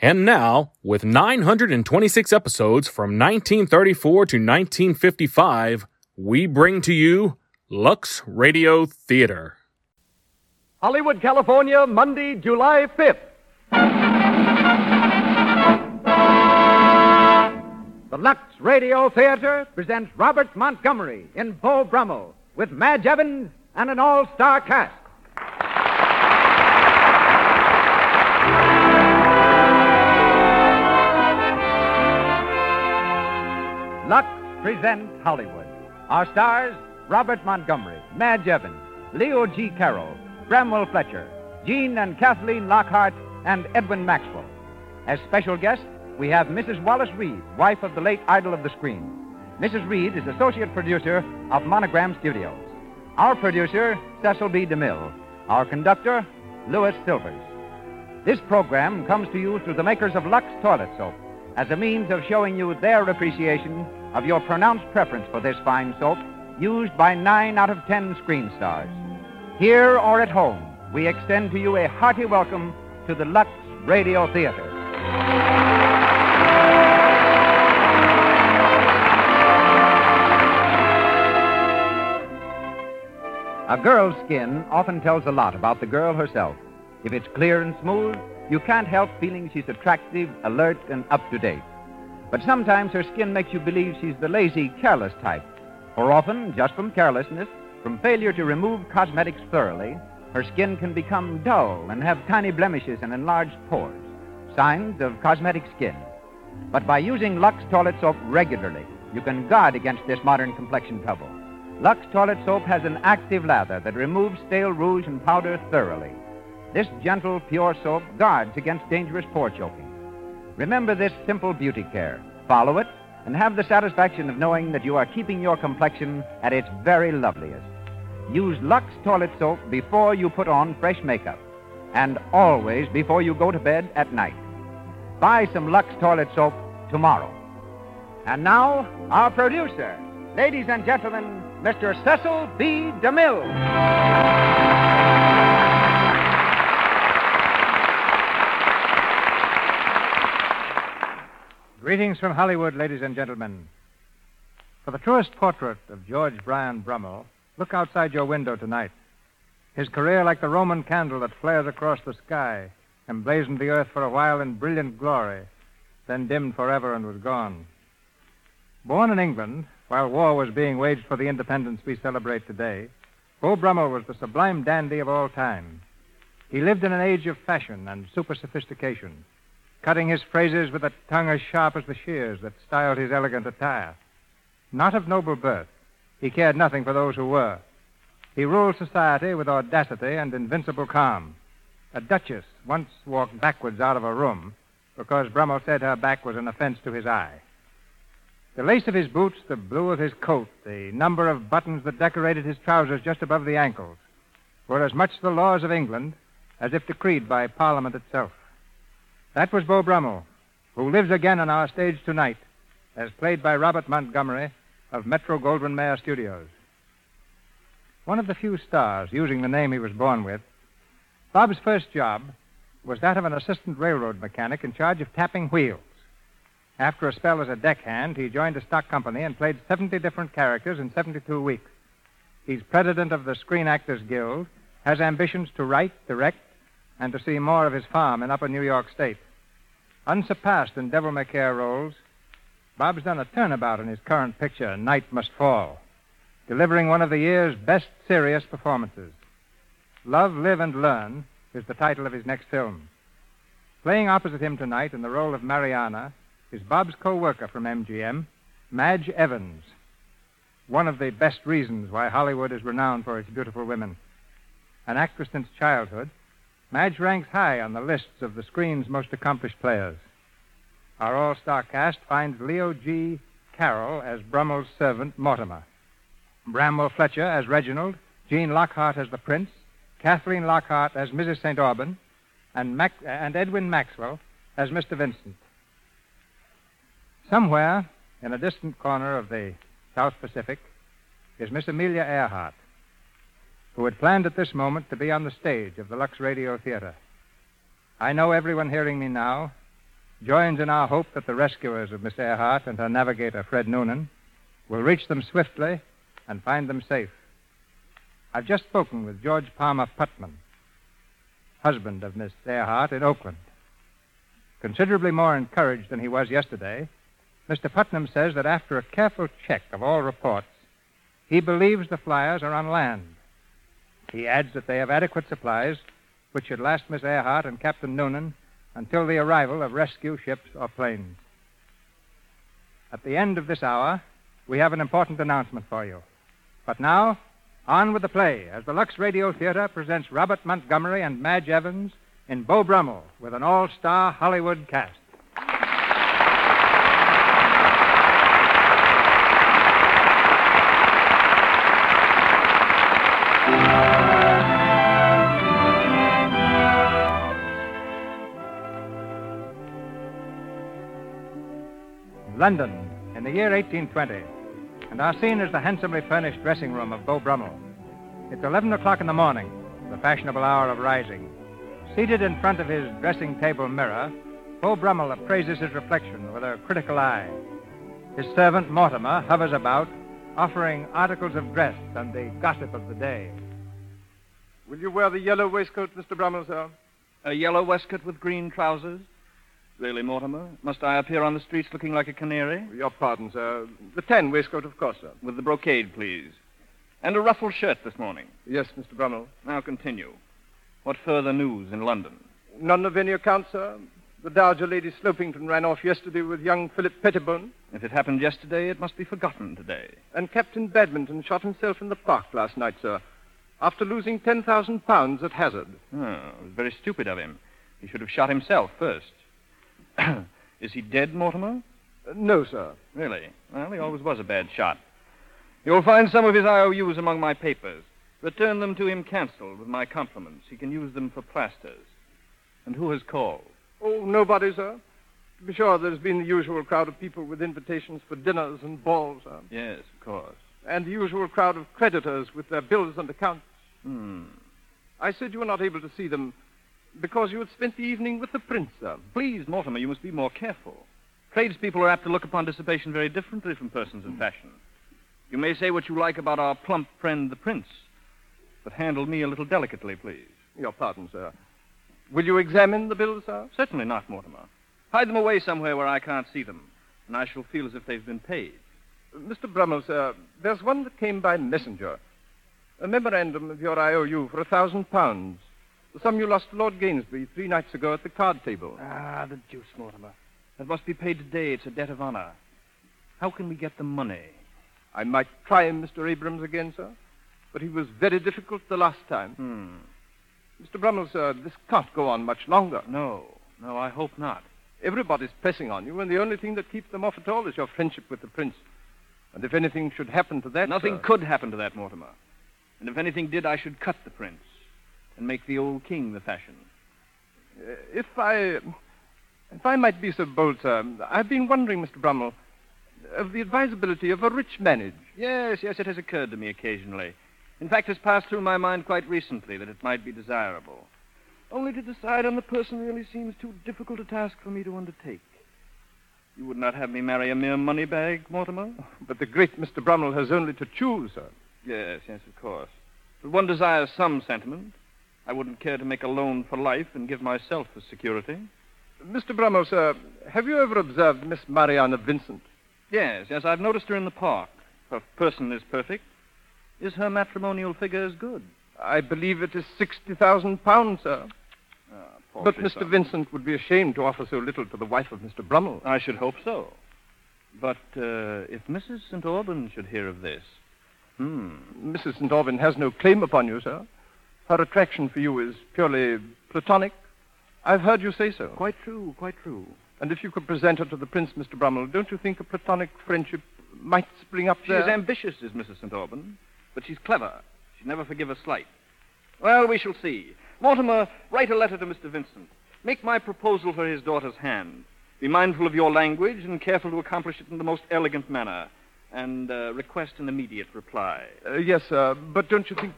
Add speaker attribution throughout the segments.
Speaker 1: And now, with 926 episodes from 1934 to 1955, we bring to you Lux Radio Theater.
Speaker 2: Hollywood, California, Monday, July 5th. The Lux Radio Theater presents Robert Montgomery in Beau Brummel with Madge Evans and an all star cast. Lux presents Hollywood. Our stars Robert Montgomery, Madge Evans, Leo G. Carroll, Bramwell Fletcher, Jean and Kathleen Lockhart, and Edwin Maxwell. As special guests, we have Mrs. Wallace Reed, wife of the late idol of the screen. Mrs. Reed is associate producer of Monogram Studios. Our producer, Cecil B. DeMille. Our conductor, Louis Silvers. This program comes to you through the makers of Lux Toilet Soap as a means of showing you their appreciation of your pronounced preference for this fine soap used by nine out of ten screen stars. Here or at home, we extend to you a hearty welcome to the Lux Radio Theater. A girl's skin often tells a lot about the girl herself. If it's clear and smooth, you can't help feeling she's attractive, alert, and up to date. But sometimes her skin makes you believe she's the lazy, careless type. Or often, just from carelessness, from failure to remove cosmetics thoroughly, her skin can become dull and have tiny blemishes and enlarged pores, signs of cosmetic skin. But by using Lux Toilet Soap regularly, you can guard against this modern complexion trouble. Lux Toilet Soap has an active lather that removes stale rouge and powder thoroughly. This gentle, pure soap guards against dangerous pore choking. Remember this simple beauty care. Follow it and have the satisfaction of knowing that you are keeping your complexion at its very loveliest. Use Lux Toilet Soap before you put on fresh makeup and always before you go to bed at night. Buy some Lux Toilet Soap tomorrow. And now, our producer, ladies and gentlemen, Mr. Cecil B. DeMille.
Speaker 3: Greetings from Hollywood, ladies and gentlemen. For the truest portrait of George Bryan Brummel, look outside your window tonight. His career, like the Roman candle that flares across the sky, emblazoned the earth for a while in brilliant glory, then dimmed forever and was gone. Born in England, while war was being waged for the independence we celebrate today, Beau Brummel was the sublime dandy of all time. He lived in an age of fashion and super sophistication cutting his phrases with a tongue as sharp as the shears that styled his elegant attire. Not of noble birth, he cared nothing for those who were. He ruled society with audacity and invincible calm. A duchess once walked backwards out of a room because Brummel said her back was an offense to his eye. The lace of his boots, the blue of his coat, the number of buttons that decorated his trousers just above the ankles were as much the laws of England as if decreed by Parliament itself. That was Beau Brummel, who lives again on our stage tonight, as played by Robert Montgomery of Metro Goldwyn Mayer Studios. One of the few stars using the name he was born with, Bob's first job was that of an assistant railroad mechanic in charge of tapping wheels. After a spell as a deckhand, he joined a stock company and played 70 different characters in 72 weeks. He's president of the Screen Actors Guild, has ambitions to write, direct, and to see more of his farm in upper New York State. Unsurpassed in devil may care roles, Bob's done a turnabout in his current picture, Night Must Fall, delivering one of the year's best serious performances. Love, Live, and Learn is the title of his next film. Playing opposite him tonight in the role of Mariana is Bob's co worker from MGM, Madge Evans. One of the best reasons why Hollywood is renowned for its beautiful women. An actress since childhood, Madge ranks high on the lists of the screen's most accomplished players. Our all star cast finds Leo G. Carroll as Brummel's servant, Mortimer. Bramwell Fletcher as Reginald, Jean Lockhart as the Prince, Kathleen Lockhart as Mrs. St. Aubyn, and, Mac- and Edwin Maxwell as Mr. Vincent. Somewhere in a distant corner of the South Pacific is Miss Amelia Earhart, who had planned at this moment to be on the stage of the Lux Radio Theater. I know everyone hearing me now joins in our hope that the rescuers of Miss Earhart and her navigator, Fred Noonan, will reach them swiftly and find them safe. I've just spoken with George Palmer Putman, husband of Miss Earhart in Oakland. Considerably more encouraged than he was yesterday, Mr. Putnam says that after a careful check of all reports, he believes the flyers are on land. He adds that they have adequate supplies, which should last Miss Earhart and Captain Noonan until the arrival of rescue ships or planes. At the end of this hour, we have an important announcement for you. But now, on with the play as the Lux Radio Theater presents Robert Montgomery and Madge Evans in Beau Brummel with an all star Hollywood cast. London, in the year 1820, and our scene is the handsomely furnished dressing room of Beau Brummel. It's 11 o'clock in the morning, the fashionable hour of rising. Seated in front of his dressing table mirror, Beau Brummel appraises his reflection with a critical eye. His servant Mortimer hovers about, offering articles of dress and the gossip of the day.
Speaker 4: Will you wear the yellow waistcoat, Mr. Brummel, sir?
Speaker 5: A yellow waistcoat with green trousers? Really, Mortimer? Must I appear on the streets looking like a canary?
Speaker 4: Your pardon, sir. The tan waistcoat, of course, sir.
Speaker 5: With the brocade, please. And a ruffled shirt this morning.
Speaker 4: Yes, Mr. Brummel.
Speaker 5: Now continue. What further news in London?
Speaker 4: None of any account, sir. The Dowager Lady Slopington ran off yesterday with young Philip Pettibone,
Speaker 5: If it happened yesterday, it must be forgotten today.
Speaker 4: and Captain Badminton shot himself in the park last night, sir, after losing ten thousand pounds at hazard.
Speaker 5: Oh, it was very stupid of him. He should have shot himself first. Is he dead, Mortimer?
Speaker 4: Uh, no, sir.
Speaker 5: Really? Well, he always was a bad shot. You'll find some of his IOUs among my papers. Return them to him cancelled with my compliments. He can use them for plasters. And who has called?
Speaker 4: Oh, nobody, sir. To be sure, there's been the usual crowd of people with invitations for dinners and balls, sir,
Speaker 5: Yes, of course.
Speaker 4: and the usual crowd of creditors with their bills and accounts.
Speaker 5: Hmm.
Speaker 4: I said you were not able to see them because you had spent the evening with the prince, sir.
Speaker 5: Please, Mortimer, you must be more careful. Tradespeople are apt to look upon dissipation very differently from persons
Speaker 4: Hmm.
Speaker 5: of fashion. You may say what you like about our plump friend, the prince, but handle me a little delicately, please.
Speaker 4: Your pardon, sir. Will you examine the bills, sir?
Speaker 5: Certainly not, Mortimer. Hide them away somewhere where I can't see them, and I shall feel as if they've been paid.
Speaker 4: Mr. Brummel, sir, there's one that came by messenger. A memorandum of your IOU for a thousand pounds. The sum you lost to Lord Gainsbury three nights ago at the card table.
Speaker 5: Ah, the deuce, Mortimer. That must be paid today. It's a debt of honor. How can we get the money?
Speaker 4: I might try Mr. Abrams again, sir, but he was very difficult the last time.
Speaker 5: Hmm.
Speaker 4: Mr. Brummel, sir, this can't go on much longer.
Speaker 5: No. No, I hope not.
Speaker 4: Everybody's pressing on you, and the only thing that keeps them off at all is your friendship with the prince. And if anything should happen to that,
Speaker 5: Nothing
Speaker 4: sir-
Speaker 5: could happen to that, Mortimer. And if anything did, I should cut the prince and make the old king the fashion.
Speaker 4: Uh, If I, if I might be so bold, sir, I've been wondering, Mr. Brummel, of the advisability of a rich marriage.
Speaker 5: Yes, yes, it has occurred to me occasionally. In fact, it's passed through my mind quite recently that it might be desirable. Only to decide on the person really seems too difficult a task for me to undertake. You would not have me marry a mere money bag, Mortimer?
Speaker 4: But the great Mr. Brummel has only to choose, sir.
Speaker 5: Yes, yes, of course. But one desires some sentiment. I wouldn't care to make a loan for life and give myself as security.
Speaker 4: Mr. Brummel, sir, have you ever observed Miss Mariana Vincent?
Speaker 5: Yes, yes, I've noticed her in the park. Her person is perfect. Is her matrimonial figure as good?
Speaker 4: I believe it is sixty thousand pounds, sir.
Speaker 5: Ah,
Speaker 4: but
Speaker 5: paltry
Speaker 4: Mr.
Speaker 5: sum.
Speaker 4: Vincent would be ashamed to offer so little to the wife of Mr. Brummel.
Speaker 5: I should hope so. But uh, if Mrs. St. Aubyn should hear of this, hmm,
Speaker 4: Mrs. St. Aubyn has no claim upon you, sir. Her attraction for you is purely platonic. I've heard you say so.
Speaker 5: quite true, quite true.
Speaker 4: And if you could present her to the prince, Mr. Brummel, don't you think a platonic friendship might spring up
Speaker 5: She
Speaker 4: there?
Speaker 5: is ambitious, is Mrs. St. Auburn, but she's clever. She'd never forgive a slight. Well, we shall see. Mortimer, write a letter to Mr. Vincent. Make my proposal for his daughter's hand. Be mindful of your language and careful to accomplish it in the most elegant manner. And uh, request an immediate reply.
Speaker 4: Uh, yes, sir, but don't you think...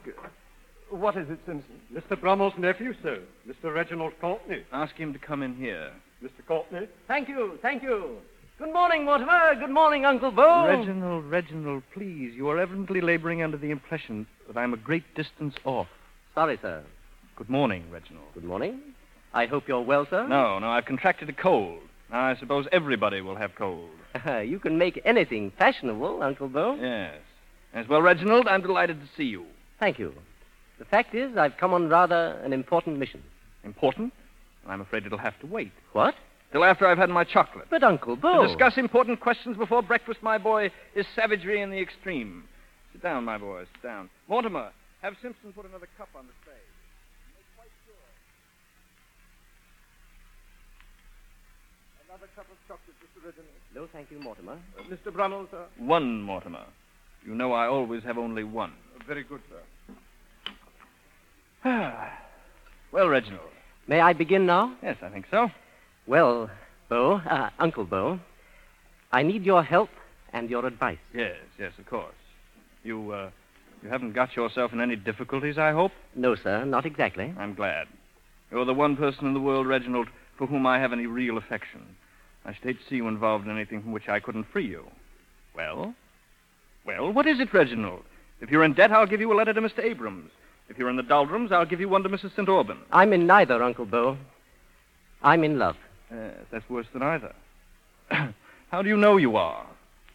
Speaker 4: What is it, Simpson?
Speaker 6: Mr. Brummel's nephew, sir. Mr. Reginald Courtney.
Speaker 5: Ask him to come in here.
Speaker 6: Mr. Courtney?
Speaker 7: Thank you, thank you. Good morning, Mortimer. Good morning, Uncle Bo.
Speaker 5: Reginald, Reginald, please. You are evidently laboring under the impression that I'm a great distance off.
Speaker 7: Sorry, sir.
Speaker 5: Good morning, Reginald.
Speaker 7: Good morning. I hope you're well, sir.
Speaker 5: No, no, I've contracted a cold. Now, I suppose everybody will have cold.
Speaker 7: Uh, you can make anything fashionable, Uncle Bo.
Speaker 5: Yes. Yes, well, Reginald, I'm delighted to see you.
Speaker 7: Thank you. The fact is, I've come on rather an important mission.
Speaker 5: Important? I'm afraid it'll have to wait
Speaker 7: What?
Speaker 5: till after I've had my chocolate.
Speaker 7: But Uncle Bo.
Speaker 5: To discuss important questions before breakfast, my boy, is savagery in the extreme. Sit down, my boy, sit down. Mortimer, have Simpson put another cup on the tray. Make quite sure.
Speaker 4: Another cup of chocolate, Mr. Reginald.
Speaker 7: No, thank you, Mortimer.
Speaker 4: Mr. Brummel, sir?
Speaker 5: One, Mortimer. You know I always have only one.
Speaker 4: Uh, Very good, sir.
Speaker 5: Well, Reginald.
Speaker 7: May I begin now?
Speaker 5: Yes, I think so.
Speaker 7: Well, Bo, uh, Uncle Bo, I need your help and your advice.
Speaker 5: Yes, yes, of course. You, uh, you haven't got yourself in any difficulties, I hope?
Speaker 7: No, sir, not exactly.
Speaker 5: I'm glad. You're the one person in the world, Reginald, for whom I have any real affection. I should hate to see you involved in anything from which I couldn't free you. Well? Well, what is it, Reginald? If you're in debt, I'll give you a letter to Mr. Abrams. If you're in the doldrums, I'll give you one to Mrs. St. Auburn.
Speaker 7: I'm in neither, Uncle Bo. I'm in love.
Speaker 5: Yes, that's worse than either. How do you know you are?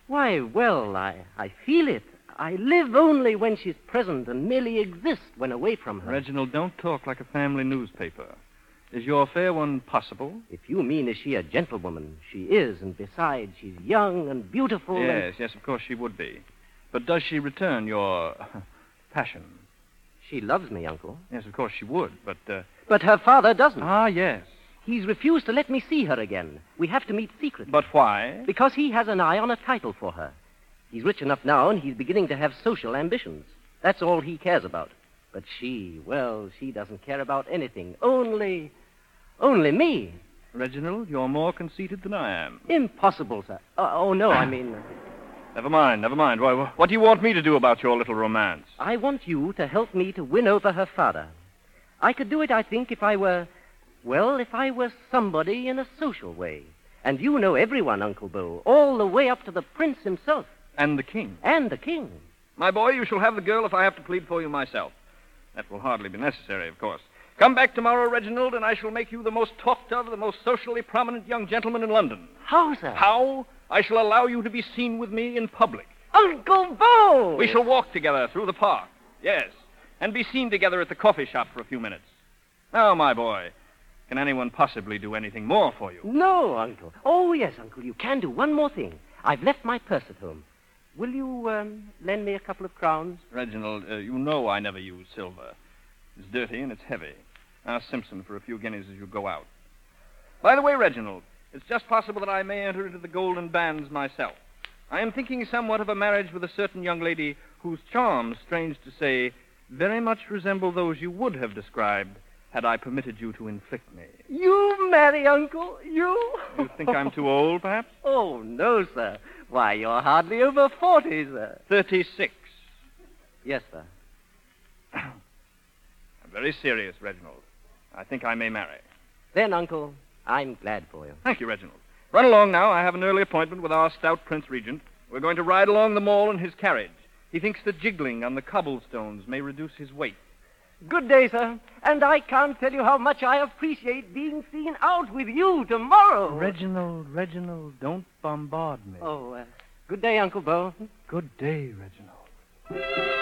Speaker 7: Why, well, I, I feel it. I live only when she's present and merely exist when away from her.
Speaker 5: Reginald, don't talk like a family newspaper. Is your fair one possible?
Speaker 7: If you mean is she a gentlewoman, she is, and besides, she's young and beautiful. and
Speaker 5: Yes, yes, of course she would be. But does she return your passion?
Speaker 7: she loves me, Uncle.
Speaker 5: Yes, of course she would, but. Uh...
Speaker 7: But her father doesn't.
Speaker 5: Ah, yes.
Speaker 7: He's refused to let me see her again. We have to meet secretly.
Speaker 5: But why?
Speaker 7: Because he has an eye on a title for her. He's rich enough now, and he's beginning to have social ambitions. That's all he cares about. But she, well, she doesn't care about anything. Only, only me.
Speaker 5: Reginald, you're more conceited than I am.
Speaker 7: Impossible, sir. Uh, oh, no, I mean,
Speaker 5: Never mind, never mind. Why, wh- what do you want me to do about your little romance?
Speaker 7: I want you to help me to win over her father. I could do it, I think, if I were, well, if I were somebody in a social way. And you know everyone, Uncle Bo, all the way up to the prince himself
Speaker 5: And the king.
Speaker 7: and the king.
Speaker 5: My boy, you shall have the girl if I have to plead for you myself. That will hardly be necessary, of course. Come back tomorrow, Reginald, and I shall make you the most talked of, the most socially prominent young gentleman in London.
Speaker 7: How, sir?
Speaker 5: How? I shall allow you to be seen with me in public.
Speaker 7: Uncle Bo!
Speaker 5: We shall walk together through the park. Yes. And be seen together at the coffee shop for a few minutes. Now, my boy, can anyone possibly do anything more for you?
Speaker 7: No, Uncle. Oh, yes, Uncle, you can do one more thing. I've left my purse at home. Will you um, lend me a couple of crowns?
Speaker 5: Reginald, uh, you know I never use silver. It's dirty and it's heavy. Ask Simpson for a few guineas as you go out. By the way, Reginald, it's just possible that I may enter into the golden bands myself. I am thinking somewhat of a marriage with a certain young lady whose charms, strange to say, very much resemble those you would have described had I permitted you to inflict me.
Speaker 7: You marry, Uncle? You?
Speaker 5: You think I'm too old, perhaps?
Speaker 7: Oh, no, sir. Why, you're hardly over 40, sir.
Speaker 5: 36.
Speaker 7: Yes, sir.
Speaker 5: I'm very serious, Reginald. I think I may marry.
Speaker 7: Then, Uncle, I'm glad for you.
Speaker 5: Thank you, Reginald. Run along now. I have an early appointment with our stout Prince Regent. We're going to ride along the mall in his carriage. He thinks that jiggling on the cobblestones may reduce his weight.
Speaker 7: Good day, sir. And I can't tell you how much I appreciate being seen out with you tomorrow.
Speaker 5: Reginald, Reginald, don't bombard me.
Speaker 7: Oh, uh, good day, Uncle Bo.
Speaker 5: Good day, Reginald.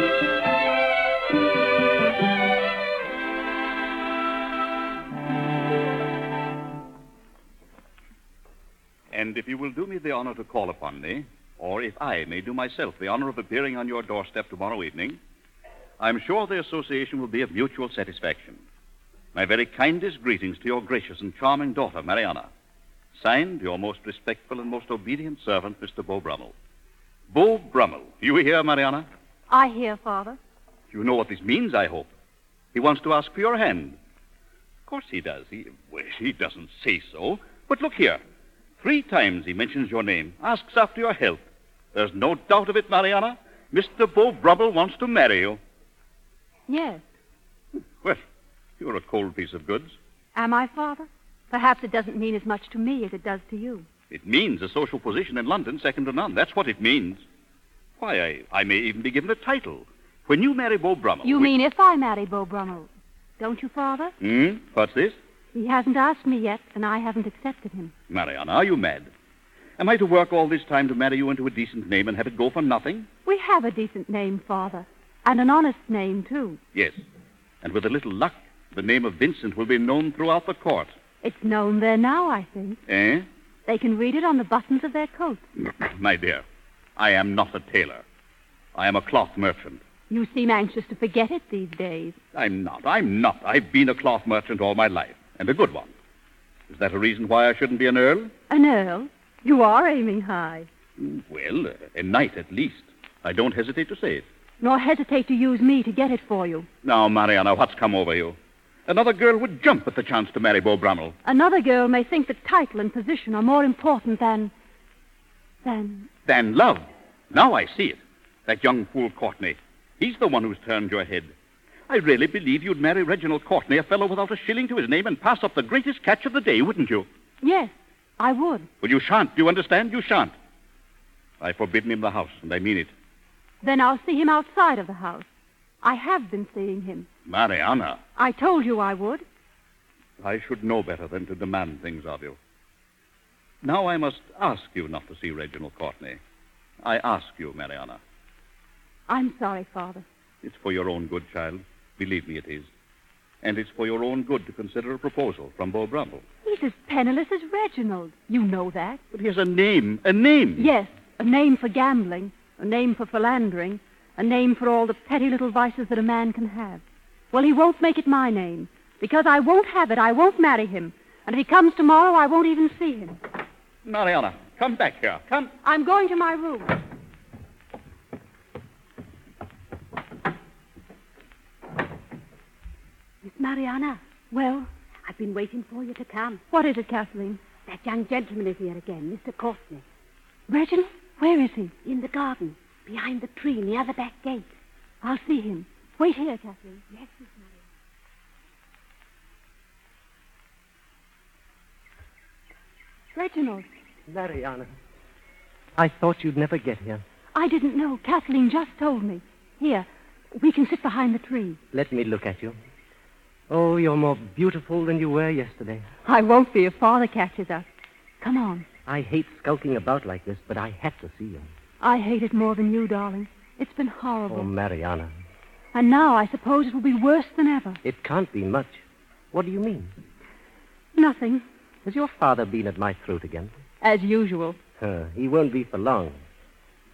Speaker 6: And if you will do me the honor to call upon me, or if I may do myself the honor of appearing on your doorstep tomorrow evening, I'm sure the association will be of mutual satisfaction. My very kindest greetings to your gracious and charming daughter, Mariana. Signed, your most respectful and most obedient servant, Mr. Bo Brummel. Bo Brummel. You hear, Mariana?
Speaker 8: I hear, Father.
Speaker 6: You know what this means, I hope. He wants to ask for your hand. Of course he does. He, well, he doesn't say so. But look here. Three times he mentions your name, asks after your health. There's no doubt of it, Mariana. Mr. Bo Brummel wants to marry you.
Speaker 8: Yes.
Speaker 6: Well, you're a cold piece of goods.
Speaker 8: Am I, Father? Perhaps it doesn't mean as much to me as it does to you.
Speaker 6: It means a social position in London second to none. That's what it means. Why, I, I may even be given a title. When you marry Bo Brummel.
Speaker 8: You
Speaker 6: we-
Speaker 8: mean if I marry Beau Brummel, don't you, Father?
Speaker 6: Hmm? What's this?
Speaker 8: He hasn't asked me yet, and I haven't accepted him.
Speaker 6: Mariana, are you mad? Am I to work all this time to marry you into a decent name and have it go for nothing?
Speaker 8: We have a decent name, Father, and an honest name, too.
Speaker 6: Yes. And with a little luck, the name of Vincent will be known throughout the court.
Speaker 8: It's known there now, I think.
Speaker 6: Eh?
Speaker 8: They can read it on the buttons of their coats.
Speaker 6: My dear, I am not a tailor. I am a cloth merchant.
Speaker 8: You seem anxious to forget it these days.
Speaker 6: I'm not. I'm not. I've been a cloth merchant all my life, and a good one. Is that a reason why I shouldn't be an earl?
Speaker 8: An earl? You are aiming high,
Speaker 6: Well, a knight at least. I don't hesitate to say it.
Speaker 8: nor hesitate to use me to get it for you.
Speaker 6: Now, Mariana, what's come over you? Another girl would jump at the chance to marry Beau Brummel.
Speaker 8: Another girl may think that title and position are more important than. than.
Speaker 6: Than love. Now I see it. That young fool Courtney. He's the one who's turned your head. I really believe you'd marry Reginald Courtney, a fellow without a shilling to his name, and pass up the greatest catch of the day, wouldn't you?
Speaker 8: Yes, I would.
Speaker 6: Well, you shan't. Do you understand? You shan't. I've forbidden him the house, and I mean it.
Speaker 8: Then I'll see him outside of the house. I have been seeing him.
Speaker 6: Mariana,
Speaker 8: I told you I would.
Speaker 6: I should know better than to demand things of you. Now I must ask you not to see Reginald Courtney. I ask you, Mariana.
Speaker 8: I'm sorry, Father.
Speaker 6: It's for your own good, child. Believe me, it is. And it's for your own good to consider a proposal from Beau Brummel.
Speaker 8: He's as penniless as Reginald. You know that.
Speaker 6: But he has a name, a name.
Speaker 8: Yes, a name for gambling, a name for philandering, a name for all the petty little vices that a man can have. Well, he won't make it my name. Because I won't have it, I won't marry him. And if he comes tomorrow, I won't even see him.
Speaker 6: Mariana, come back here. Come.
Speaker 8: I'm going to my room.
Speaker 9: Miss Mariana,
Speaker 8: Well,
Speaker 9: I've been waiting for you to come.
Speaker 8: what is it, Kathleen?
Speaker 9: That young gentleman is here again, Mr. Courtney.
Speaker 8: Reginald? Where is he?
Speaker 9: In the garden, behind the tree, near the back gate.
Speaker 8: I'll see him. Wait here, Kathleen.
Speaker 9: Yes, Miss Mariana.
Speaker 8: Reginald,
Speaker 7: Mariana, I thought you'd never get here.
Speaker 8: I didn't know. Kathleen just told me. Here, we can sit behind the tree.
Speaker 7: Let me look at you. Oh, you're more beautiful than you were yesterday.
Speaker 8: I won't be if Father catches us. Come on.
Speaker 7: I hate skulking about like this, but I had to see you.
Speaker 8: I hate it more than you, darling. It's been horrible.
Speaker 7: Oh, Mariana,
Speaker 8: And now I suppose it will be worse than ever.
Speaker 7: it can't be much. What do you mean?
Speaker 8: Nothing,
Speaker 7: Has your father been at my throat again?
Speaker 8: as usual.
Speaker 7: Huh, he won't be for long.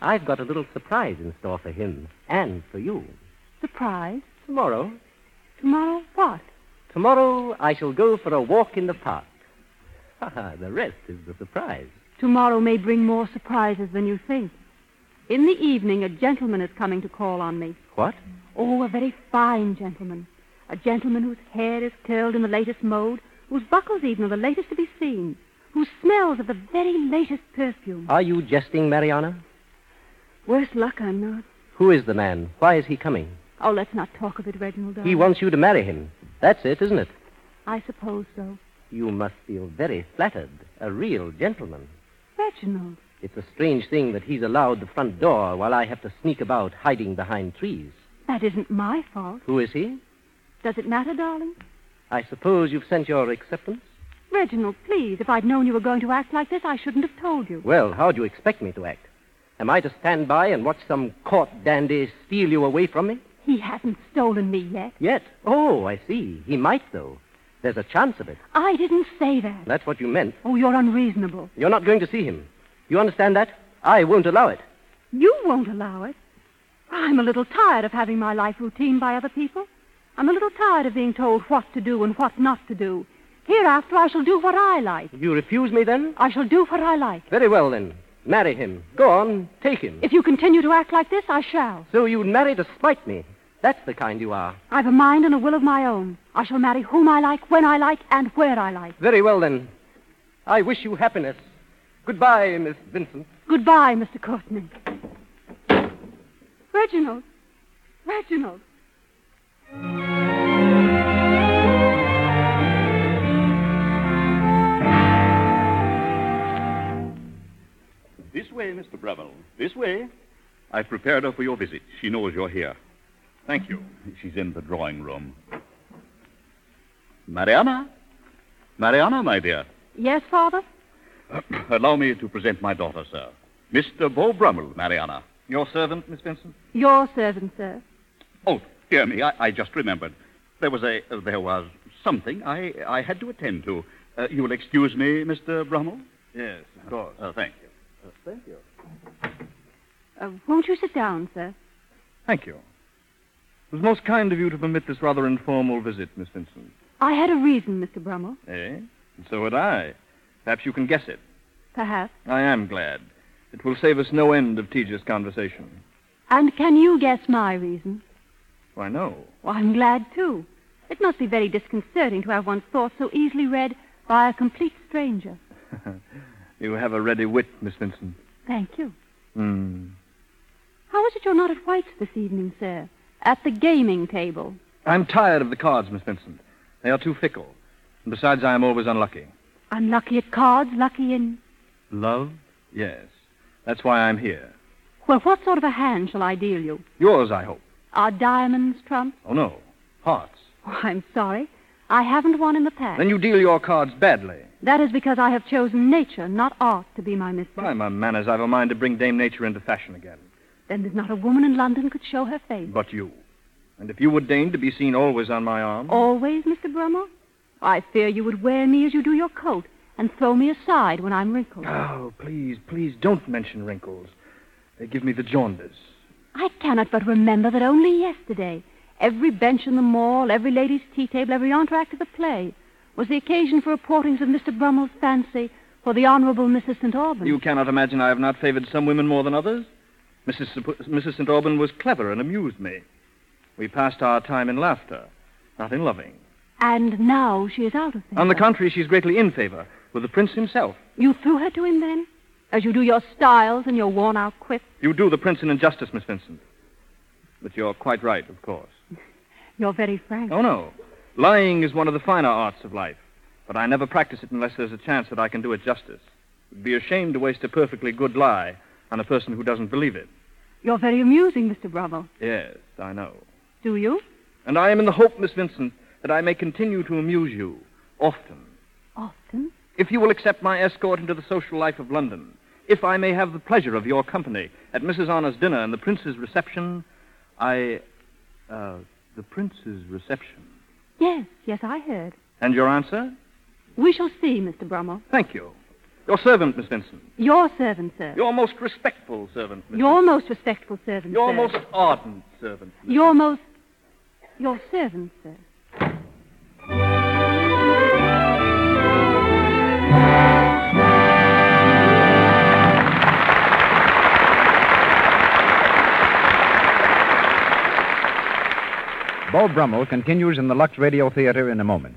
Speaker 7: I've got a little surprise in store for him and for you.
Speaker 8: Surprise.
Speaker 7: Tomorrow,
Speaker 8: Tomorrow, what?
Speaker 7: tomorrow I shall go for a walk in the park. Ah, the rest is the surprise.
Speaker 8: Tomorrow may bring more surprises than you think. In the evening, a gentleman is coming to call on me.
Speaker 7: What?
Speaker 8: Oh, a very fine gentleman. A gentleman whose hair is curled in the latest mode, whose buckles even are the latest to be seen, who smells of the very latest perfume.
Speaker 7: Are you jesting, Mariana?
Speaker 8: Worse luck, I'm not.
Speaker 7: Who is the man? Why is he coming?
Speaker 8: Oh, let's not talk of it, Reginald.
Speaker 7: He
Speaker 8: darling.
Speaker 7: wants you to marry him. That's it, isn't it?
Speaker 8: I suppose so.
Speaker 7: You must feel very flattered. A real gentleman.
Speaker 8: Reginald.
Speaker 7: It's a strange thing that he's allowed the front door while I have to sneak about hiding behind trees.
Speaker 8: That isn't my fault.
Speaker 7: Who is he?
Speaker 8: Does it matter, darling?
Speaker 7: I suppose you've sent your acceptance?
Speaker 8: Reginald, please, if I'd known you were going to act like this, I shouldn't have told you.
Speaker 7: Well, how do you expect me to act? Am I to stand by and watch some court dandy steal you away from me?
Speaker 8: He hasn't stolen me yet.
Speaker 7: Yet. Oh, I see. He might, though. There's a chance of it.
Speaker 8: I didn't say that.
Speaker 7: That's what you meant.
Speaker 8: Oh, you're unreasonable.
Speaker 7: You're not going to see him. You understand that? I won't allow it.
Speaker 8: You won't allow it. I'm a little tired of having my life routine by other people. I'm a little tired of being told what to do and what not to do. Hereafter I shall do what I like.
Speaker 7: You refuse me then?
Speaker 8: I shall do what I like.
Speaker 7: Very well then. Marry him. Go on, take him.
Speaker 8: If you continue to act like this, I shall.
Speaker 7: So you'd marry to spite me. That's the kind you are.
Speaker 8: I've a mind and a will of my own. I shall marry whom I like, when I like, and where I like.
Speaker 7: Very well then. I wish you happiness. Goodbye, Miss Vincent.
Speaker 8: Goodbye, Mr. Courtney. Reginald. Reginald.
Speaker 6: This way, Mr. Breville. This way. I've prepared her for your visit. She knows you're here. Thank you. She's in the drawing room. Mariana? Mariana, my dear.
Speaker 8: Yes, Father?
Speaker 6: Allow me to present my daughter, sir. Mr. Beau Brummel, Mariana.
Speaker 5: Your servant, Miss Vincent?
Speaker 8: Your servant, sir.
Speaker 6: Oh, dear me, I, I just remembered. There was a there was something I, I had to attend to. Uh, you will excuse me, Mr. Brummel?
Speaker 5: Yes, of course.
Speaker 6: Uh, thank you.
Speaker 8: Uh, won't you sit down, sir?
Speaker 5: Thank you. It was most kind of you to permit this rather informal visit, Miss Vincent.
Speaker 8: I had a reason, Mr. Brummel.
Speaker 5: Eh? And so had I. Perhaps you can guess it.
Speaker 8: Perhaps.
Speaker 5: I am glad. It will save us no end of tedious conversation.
Speaker 8: And can you guess my reason?
Speaker 5: Why, no.
Speaker 8: Well, I'm glad, too. It must be very disconcerting to have one's thoughts so easily read by a complete stranger.
Speaker 5: You have a ready wit, Miss Vincent.
Speaker 8: Thank you.
Speaker 5: Hmm.
Speaker 8: How is it you're not at White's this evening, sir? At the gaming table.
Speaker 5: I'm tired of the cards, Miss Vincent. They are too fickle. And besides, I am always unlucky.
Speaker 8: I'm lucky at cards, lucky in.
Speaker 5: Love? Yes. That's why I'm here.
Speaker 8: Well, what sort of a hand shall I deal you?
Speaker 5: Yours, I hope.
Speaker 8: Are diamonds trumps?
Speaker 5: Oh, no. Hearts.
Speaker 8: Oh, I'm sorry. I haven't one in the pack.
Speaker 5: Then you deal your cards badly.
Speaker 8: That is because I have chosen nature, not art, to be my mistress.
Speaker 5: By my manners, I've a mind to bring Dame Nature into fashion again.
Speaker 8: Then there's not a woman in London could show her face.
Speaker 5: But you. And if you were deigned to be seen always on my arm.
Speaker 8: Always, Mr. Brummel? I fear you would wear me as you do your coat and throw me aside when I'm wrinkled.
Speaker 5: Oh, please, please don't mention wrinkles. They give me the jaundice.
Speaker 8: I cannot but remember that only yesterday, every bench in the mall, every lady's tea table, every entr'acte of the play, was the occasion for reportings of Mr. Brummel's fancy for the Honorable Mrs. St. Albans.
Speaker 5: You cannot imagine I have not favored some women more than others. Mrs. Sup- Mrs. St. Auburn was clever and amused me. We passed our time in laughter, not in loving.
Speaker 8: And now she is out of favor.
Speaker 5: On the contrary, she's greatly in favor with the prince himself.
Speaker 8: You threw her to him then? As you do your styles and your worn-out quip,
Speaker 5: You do the prince an injustice, Miss Vincent. But you're quite right, of course.
Speaker 8: you're very frank.
Speaker 5: Oh, no. Lying is one of the finer arts of life, but I never practice it unless there's a chance that I can do it justice. It'd be ashamed to waste a perfectly good lie on a person who doesn't believe it.
Speaker 8: You're very amusing, Mr. Brummel.
Speaker 5: Yes, I know.
Speaker 8: Do you?
Speaker 5: And I am in the hope, Miss Vincent, that I may continue to amuse you often.
Speaker 8: Often.
Speaker 5: If you will accept my escort into the social life of London, if I may have the pleasure of your company at Mrs. Honor's dinner and the prince's reception, I. Uh, the prince's reception.
Speaker 8: Yes, yes, I heard.
Speaker 5: And your answer?
Speaker 8: We shall see, Mr. Brummel.
Speaker 5: Thank you. Your servant, Miss Vincent.
Speaker 8: Your servant, sir.
Speaker 5: Your most respectful servant, Miss
Speaker 8: Your most respectful servant,
Speaker 5: Vincent. Your
Speaker 8: sir.
Speaker 5: most ardent servant. Miss
Speaker 8: Your most... Your servant, sir.
Speaker 2: Bo Brummel continues in the Lux Radio Theater in a moment.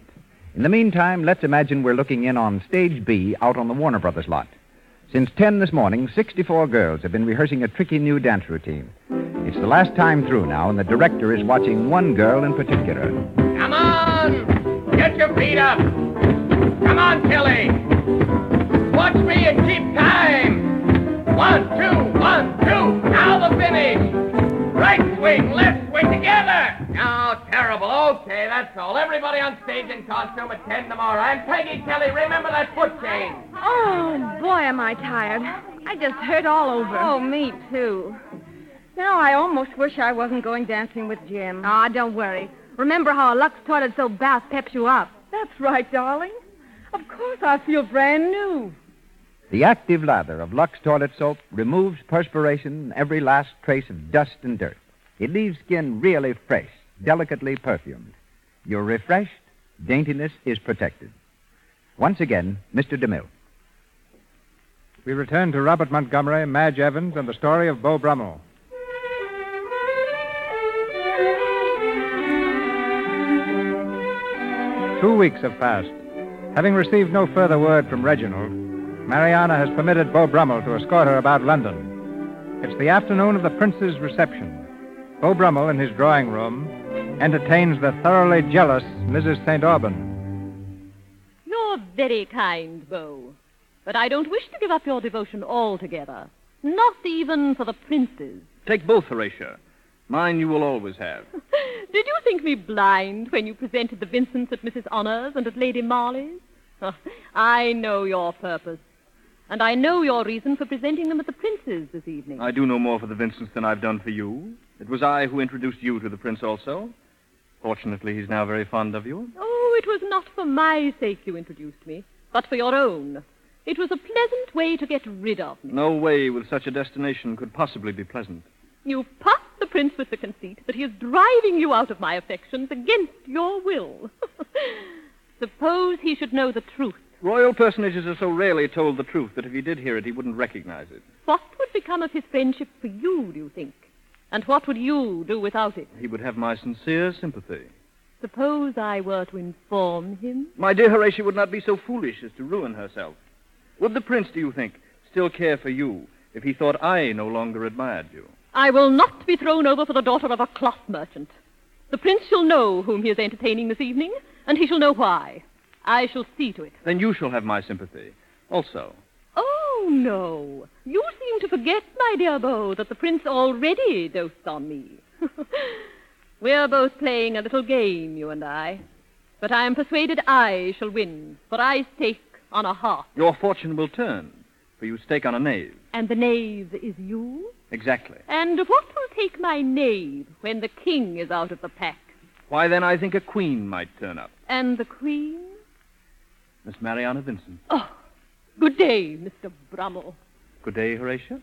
Speaker 2: In the meantime, let's imagine we're looking in on Stage B out on the Warner Brothers lot. Since 10 this morning, 64 girls have been rehearsing a tricky new dance routine. It's the last time through now, and the director is watching one girl in particular.
Speaker 10: Come on! Get your feet up! Come on, Tilly! Watch me and keep time! One, two, one, two! Now the finish! Right swing, left swing together! Oh, terrible. Okay, that's all. Everybody on stage in costume at 10 tomorrow. And Peggy Kelly, remember that foot change.
Speaker 11: Oh, boy, am I tired. I just hurt all over. Oh, me too. Now I almost wish I wasn't going dancing with Jim. Ah, don't worry. Remember how a Lux toilet soap bath peps you up. That's right, darling. Of course I feel brand new.
Speaker 2: The active lather of Lux toilet soap removes perspiration and every last trace of dust and dirt. It leaves skin really fresh, delicately perfumed. You're refreshed, daintiness is protected. Once again, Mr. DeMille.
Speaker 3: We return to Robert Montgomery, Madge Evans, and the story of Beau Brummel. Two weeks have passed. Having received no further word from Reginald, Mariana has permitted Beau Brummel to escort her about London. It's the afternoon of the prince's reception. Beau Brummel, in his drawing room, entertains the thoroughly jealous Mrs. St. Auburn.
Speaker 12: You're very kind, Beau. But I don't wish to give up your devotion altogether. Not even for the princes.
Speaker 5: Take both, Horatia. Mine you will always have.
Speaker 12: Did you think me blind when you presented the Vincents at Mrs. Honor's and at Lady Marley's? Ah, I know your purpose. And I know your reason for presenting them at the prince's this evening.
Speaker 5: I do no more for the Vincents than I've done for you. It was I who introduced you to the prince also. Fortunately, he's now very fond of you.
Speaker 12: Oh, it was not for my sake you introduced me, but for your own. It was a pleasant way to get rid of me.
Speaker 5: No way with such a destination could possibly be pleasant.
Speaker 12: You puffed the prince with the conceit that he is driving you out of my affections against your will. Suppose he should know the truth.
Speaker 5: Royal personages are so rarely told the truth that if he did hear it, he wouldn't recognize it.
Speaker 12: What would become of his friendship for you, do you think? And what would you do without it?
Speaker 5: He would have my sincere sympathy.
Speaker 12: Suppose I were to inform him?
Speaker 5: My dear Horatia would not be so foolish as to ruin herself. Would the prince, do you think, still care for you if he thought I no longer admired you?
Speaker 12: I will not be thrown over for the daughter of a cloth merchant. The prince shall know whom he is entertaining this evening, and he shall know why. I shall see to it.
Speaker 5: Then you shall have my sympathy also.
Speaker 12: Oh, no. You seem to forget, my dear Beau, that the prince already dotes on me. We're both playing a little game, you and I. But I am persuaded I shall win, for I stake on a heart,
Speaker 5: Your fortune will turn, for you stake on a knave.
Speaker 12: and the knave is you.
Speaker 5: Exactly.
Speaker 12: And what will take my knave when the king is out of the pack?
Speaker 5: Why, then, I think a queen might turn up.
Speaker 12: And the queen?
Speaker 5: Miss Mariana Vincent.
Speaker 12: Oh, good day, Mr. Brummel.
Speaker 5: Good day, Horatia.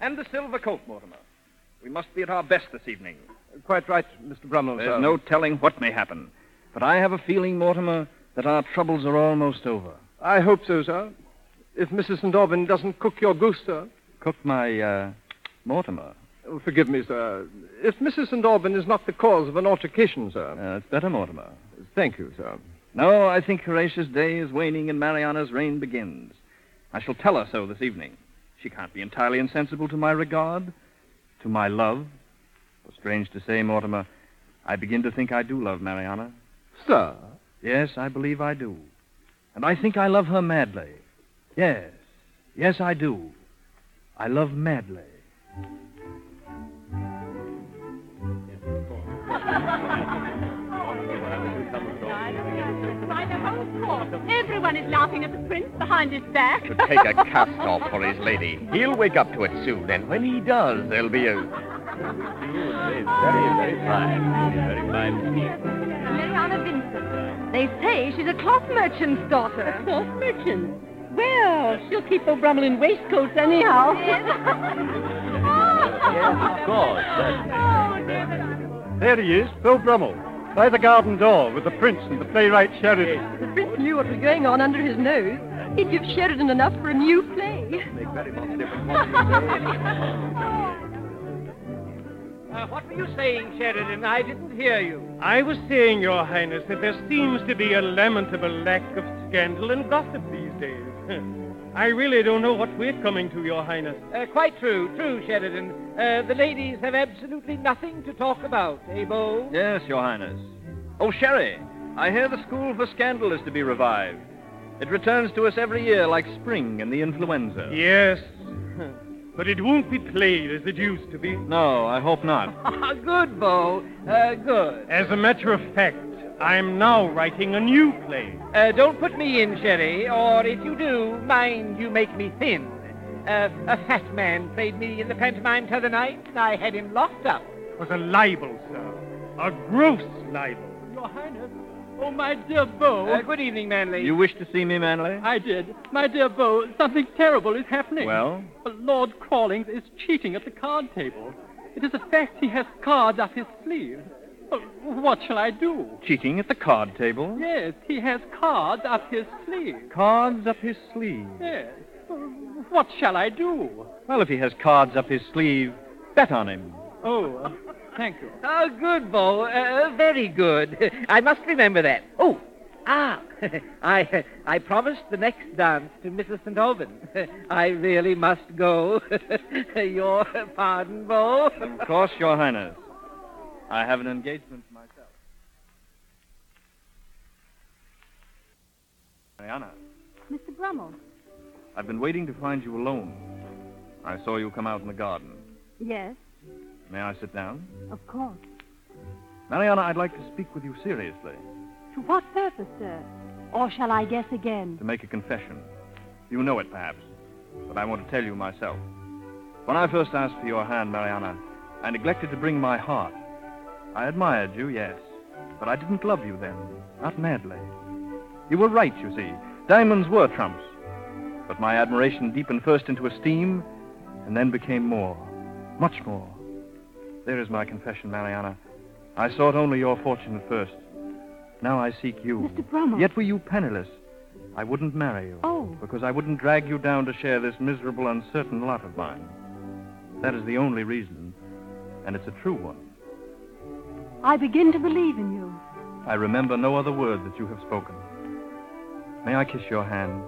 Speaker 5: And the silver coat, Mortimer. We must be at our best this evening.
Speaker 4: Quite right, Mr. Brummel.
Speaker 5: There's
Speaker 4: sir.
Speaker 5: no telling what may happen. But I have a feeling, Mortimer, that our troubles are almost over.
Speaker 4: I hope so, sir. If Mrs. St. Aubyn doesn't cook your goose, sir.
Speaker 5: Cook my, uh, Mortimer.
Speaker 4: Oh, Forgive me, sir. If Mrs. St. Aubyn is not the cause of an altercation, sir.
Speaker 5: that's Uh, better, Mortimer.
Speaker 4: Thank you, sir.
Speaker 5: No, I think Horatia's day is waning and Mariana's reign begins. I shall tell her so this evening. She can't be entirely insensible to my regard, to my love. For strange to say, Mortimer, I begin to think I do love Mariana.
Speaker 4: Sir?
Speaker 5: Yes, I believe I do. And I think I love her madly. Yes. Yes, I do. I love madly.
Speaker 12: Why, the whole court, everyone is laughing at the prince behind his back.
Speaker 13: to take a cast off for his lady. He'll wake up to it soon, and when he does, there'll be a. Very, very fine. Very fine.
Speaker 11: Mariana Vincent. They say she's a cloth merchant's daughter. A
Speaker 12: cloth merchant? Well, she'll keep O'Brummel in waistcoats anyhow.
Speaker 14: Of course, There he is, Bill Brummel, by the garden door with the prince and the playwright Sheridan.
Speaker 15: The prince knew what was going on under his nose. He'd give Sheridan enough for a new play.
Speaker 16: Uh, what were you saying, Sheridan? I didn't hear you.
Speaker 14: I was saying, Your Highness, that there seems to be a lamentable lack of scandal and gossip these days. I really don't know what we're coming to, Your Highness.
Speaker 16: Uh, quite true, true, Sheridan. Uh, the ladies have absolutely nothing to talk about, eh, Beau?
Speaker 5: Yes, Your Highness. Oh, Sherry, I hear the School for Scandal is to be revived. It returns to us every year like spring and the influenza.
Speaker 14: Yes, but it won't be played as it used to be.
Speaker 5: No, I hope not.
Speaker 15: Ah,
Speaker 14: good, Bo. Uh, good. As a matter of fact, I'm now writing a new play.
Speaker 16: Uh, don't put me in, Sherry, or if you do, mind you make me thin. Uh, a fat man played me in the pantomime t'other night. I had him locked up.
Speaker 14: It was a libel, sir. A gross libel.
Speaker 16: Your Highness. Oh, my dear Beau. Uh, good evening, Manley.
Speaker 5: You wish to see me, Manley?
Speaker 17: I did. My dear Beau, something terrible is happening.
Speaker 5: Well?
Speaker 17: Lord Crawlings is cheating at the card table. It is a fact he has cards up his sleeve. Oh, What shall I do?
Speaker 5: Cheating at the card table?
Speaker 17: Yes, he has cards up his sleeve.
Speaker 5: Cards up his sleeve.
Speaker 17: Yes. Oh, What shall I do?
Speaker 5: Well, if he has cards up his sleeve, bet on him.
Speaker 17: Oh, uh, thank you.
Speaker 16: Oh, good, Bo. Uh, very good. I must remember that. Oh, ah, I I promised the next dance to Mrs. St. Alban. I really must go. Your pardon, Bo.
Speaker 5: Of course, Your Highness. I have an engagement myself. Mariana,
Speaker 8: Mr. Brummel.
Speaker 5: I've been waiting to find you alone. I saw you come out in the garden.
Speaker 8: Yes,
Speaker 5: May I sit down?
Speaker 8: of course.
Speaker 5: Mariana, I'd like to speak with you seriously,
Speaker 8: To what purpose, sir? Or shall I guess again?
Speaker 5: to make a confession. You know it, perhaps, but I want to tell you myself. When I first asked for your hand, Mariana, I neglected to bring my heart. I admired you, yes, but I didn't love you then, not madly. You were right, you see. Diamonds were trumps. But my admiration deepened first into esteem, and then became more, much more. There is my confession, Mariana. I sought only your fortune at first. Now I seek you.
Speaker 8: Mr. Brummel.
Speaker 5: Yet were you penniless, I wouldn't marry you.
Speaker 8: Oh.
Speaker 5: Because I wouldn't drag you down to share this miserable, uncertain lot of mine. That is the only reason, and it's a true one.
Speaker 8: I begin to believe in you.
Speaker 5: I remember no other word that you have spoken. May I kiss your hand?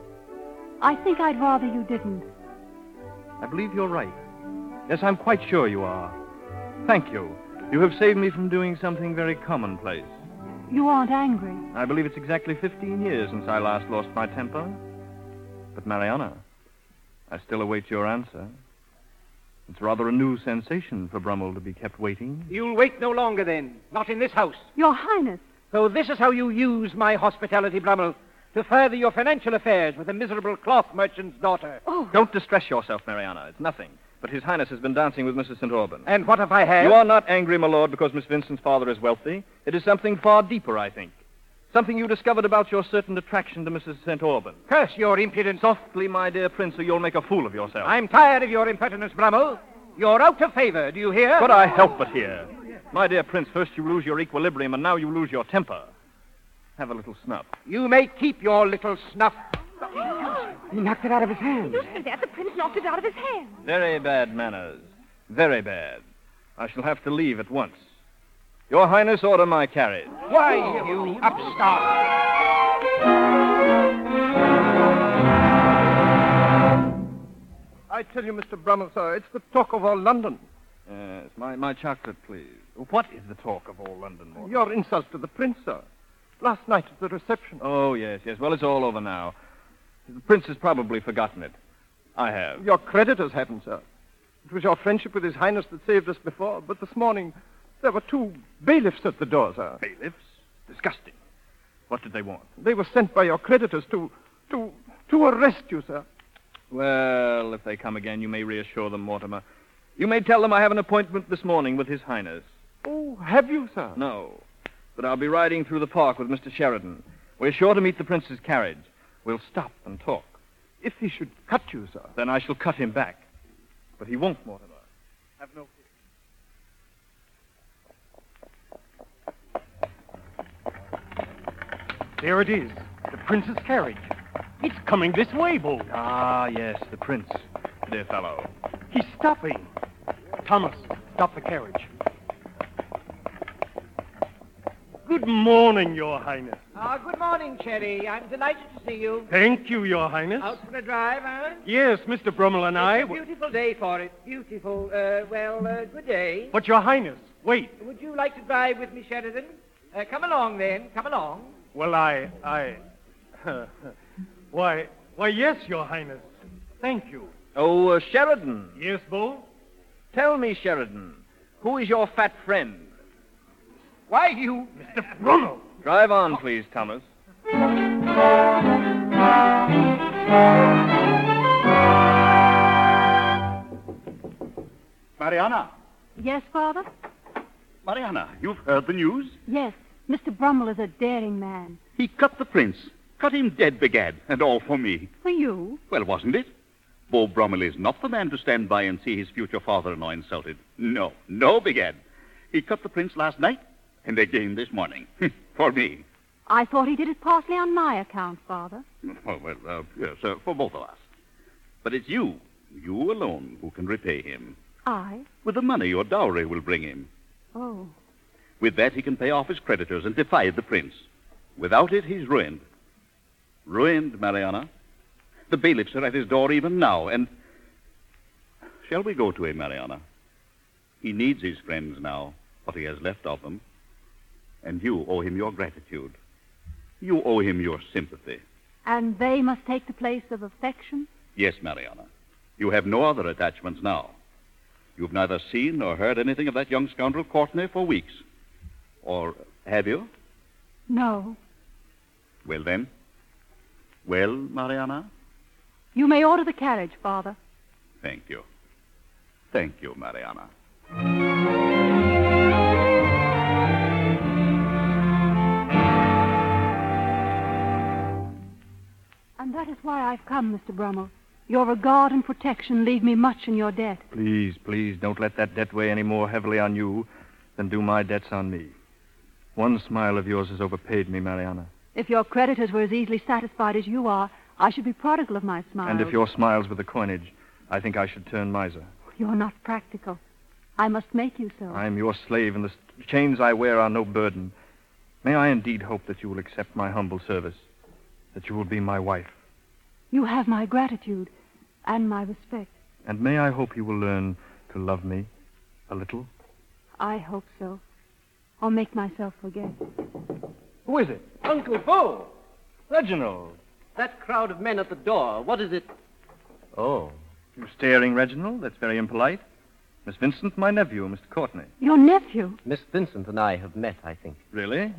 Speaker 8: I think I'd rather you didn't.
Speaker 5: I believe you're right. Yes, I'm quite sure you are. Thank you. You have saved me from doing something very commonplace.
Speaker 8: You aren't angry.
Speaker 5: I believe it's exactly 15 years since I last lost my temper. But, Mariana, I still await your answer. It's rather a new sensation for Brummel to be kept waiting.
Speaker 16: You'll wait no longer, then. Not in this house.
Speaker 8: Your Highness.
Speaker 16: So this is how you use my hospitality, Brummel, to further your financial affairs with a miserable cloth merchant's daughter.
Speaker 8: Oh.
Speaker 5: Don't distress yourself, Mariana. It's nothing. But His Highness has been dancing with Mrs. St. Auburn.
Speaker 16: And what if I have?
Speaker 5: You are not angry, my lord, because Miss Vincent's father is wealthy. It is something far deeper, I think. Something you discovered about your certain attraction to Mrs. St. Auburn.
Speaker 16: Curse your impudence.
Speaker 5: Softly, my dear prince, or you'll make a fool of yourself.
Speaker 16: I'm tired of your impertinence, Brummel. You're out of favor, do you hear?
Speaker 5: Could I help but hear? My dear prince, first you lose your equilibrium, and now you lose your temper. Have a little snuff.
Speaker 16: You may keep your little snuff. He knocked it out of his hand.
Speaker 15: You said that. The prince knocked it out of his hand.
Speaker 5: Very bad manners. Very bad. I shall have to leave at once. Your Highness, order my carriage.
Speaker 16: Why, you upstart.
Speaker 4: I tell you, Mr. Brummel, sir, it's the talk of all London.
Speaker 5: Yes, my, my chocolate, please. What is the talk of all London, Morgan?
Speaker 4: Your insult to the prince, sir. Last night at the reception.
Speaker 5: Oh, yes, yes. Well, it's all over now. The prince has probably forgotten it. I have.
Speaker 4: Your creditors haven't, sir. It was your friendship with His Highness that saved us before, but this morning there were two bailiffs at the door, sir.
Speaker 5: Bailiffs? Disgusting. What did they want?
Speaker 4: They were sent by your creditors to. to. to arrest you, sir.
Speaker 5: Well, if they come again, you may reassure them, Mortimer. You may tell them I have an appointment this morning with His Highness.
Speaker 4: Oh, have you, sir?
Speaker 5: No, but I'll be riding through the park with Mr. Sheridan. We're sure to meet the prince's carriage. We'll stop and talk.
Speaker 4: If he should cut you, sir.
Speaker 5: Then I shall cut him back. But he won't, Mortimer.
Speaker 10: Have no fear.
Speaker 14: There it is. The prince's carriage. It's coming this way, Bo.
Speaker 5: Ah, yes, the prince. Dear fellow.
Speaker 14: He's stopping. Thomas, stop the carriage. Good morning, Your Highness.
Speaker 16: Ah, good morning, Cherry. I'm delighted to see you.
Speaker 14: Thank you, Your Highness.
Speaker 16: Out for a drive, huh?
Speaker 14: Yes, Mr. Brummel and I.
Speaker 16: It's a beautiful day for it. Beautiful. Uh, well, uh, good day.
Speaker 14: But, Your Highness, wait.
Speaker 16: Would you like to drive with me, Sheridan? Uh, come along, then. Come along.
Speaker 14: Well, I. I. why, why, yes, Your Highness. Thank you.
Speaker 5: Oh, uh, Sheridan.
Speaker 14: Yes, Bo?
Speaker 5: Tell me, Sheridan, who is your fat friend?
Speaker 16: Why, you.
Speaker 14: Mr. Brummel!
Speaker 5: Drive on, please, Thomas.
Speaker 13: Mariana.
Speaker 8: Yes, Father?
Speaker 13: Mariana, you've heard the news?
Speaker 8: Yes. Mr. Brummel is a daring man.
Speaker 13: He cut the prince. Cut him dead, begad, and all for me.
Speaker 8: For you?
Speaker 13: Well, wasn't it?
Speaker 6: Beau Bromley is not the man to stand by and see his future father-in-law insulted. No, no, Big Ed. He cut the prince last night and again this morning. for me.
Speaker 8: I thought he did it partly on my account, Father.
Speaker 6: Oh, well, uh, yes, uh, for both of us. But it's you, you alone, who can repay him.
Speaker 8: I?
Speaker 6: With the money your dowry will bring him.
Speaker 8: Oh.
Speaker 6: With that, he can pay off his creditors and defy the prince. Without it, he's ruined. Ruined, Mariana. The bailiffs are at his door even now, and. Shall we go to him, Mariana? He needs his friends now, what he has left of them. And you owe him your gratitude. You owe him your sympathy.
Speaker 8: And they must take the place of affection?
Speaker 6: Yes, Mariana. You have no other attachments now. You've neither seen nor heard anything of that young scoundrel Courtney for weeks. Or have you?
Speaker 8: No.
Speaker 6: Well, then. Well, Mariana?
Speaker 8: You may order the carriage, Father.
Speaker 6: Thank you. Thank you, Mariana.
Speaker 8: And that is why I've come, Mr. Brummel. Your regard and protection leave me much in your debt.
Speaker 5: Please, please, don't let that debt weigh any more heavily on you than do my debts on me. One smile of yours has overpaid me, Mariana.
Speaker 8: If your creditors were as easily satisfied as you are, I should be prodigal of my smiles.
Speaker 5: And if your smiles were the coinage, I think I should turn miser.
Speaker 8: You're not practical. I must make you so.
Speaker 5: I am your slave, and the s- chains I wear are no burden. May I indeed hope that you will accept my humble service, that you will be my wife.
Speaker 8: You have my gratitude and my respect.
Speaker 5: And may I hope you will learn to love me a little?
Speaker 8: I hope so. I'll make myself forget.
Speaker 5: Who is it?
Speaker 16: Uncle Bo!
Speaker 5: Reginald.
Speaker 16: That crowd of men at the door, what is it?
Speaker 5: Oh. You staring, Reginald? That's very impolite. Miss Vincent, my nephew, Mr. Courtney.
Speaker 8: Your nephew?
Speaker 7: Miss Vincent and I have met, I think.
Speaker 5: Really?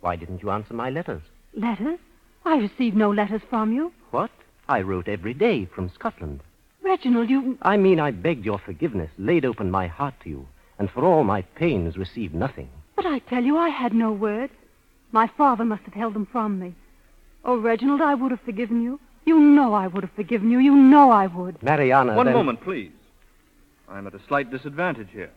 Speaker 7: Why didn't you answer my letters?
Speaker 8: Letters? I received no letters from you.
Speaker 7: What? I wrote every day from Scotland.
Speaker 8: Reginald, you.
Speaker 7: I mean, I begged your forgiveness, laid open my heart to you, and for all my pains received nothing.
Speaker 8: But I tell you, I had no word. My father must have held them from me. Oh, Reginald, I would have forgiven you. You know I would have forgiven you. You know I would.
Speaker 7: Mariana.
Speaker 5: One
Speaker 7: then-
Speaker 5: moment, please. I'm at a slight disadvantage here.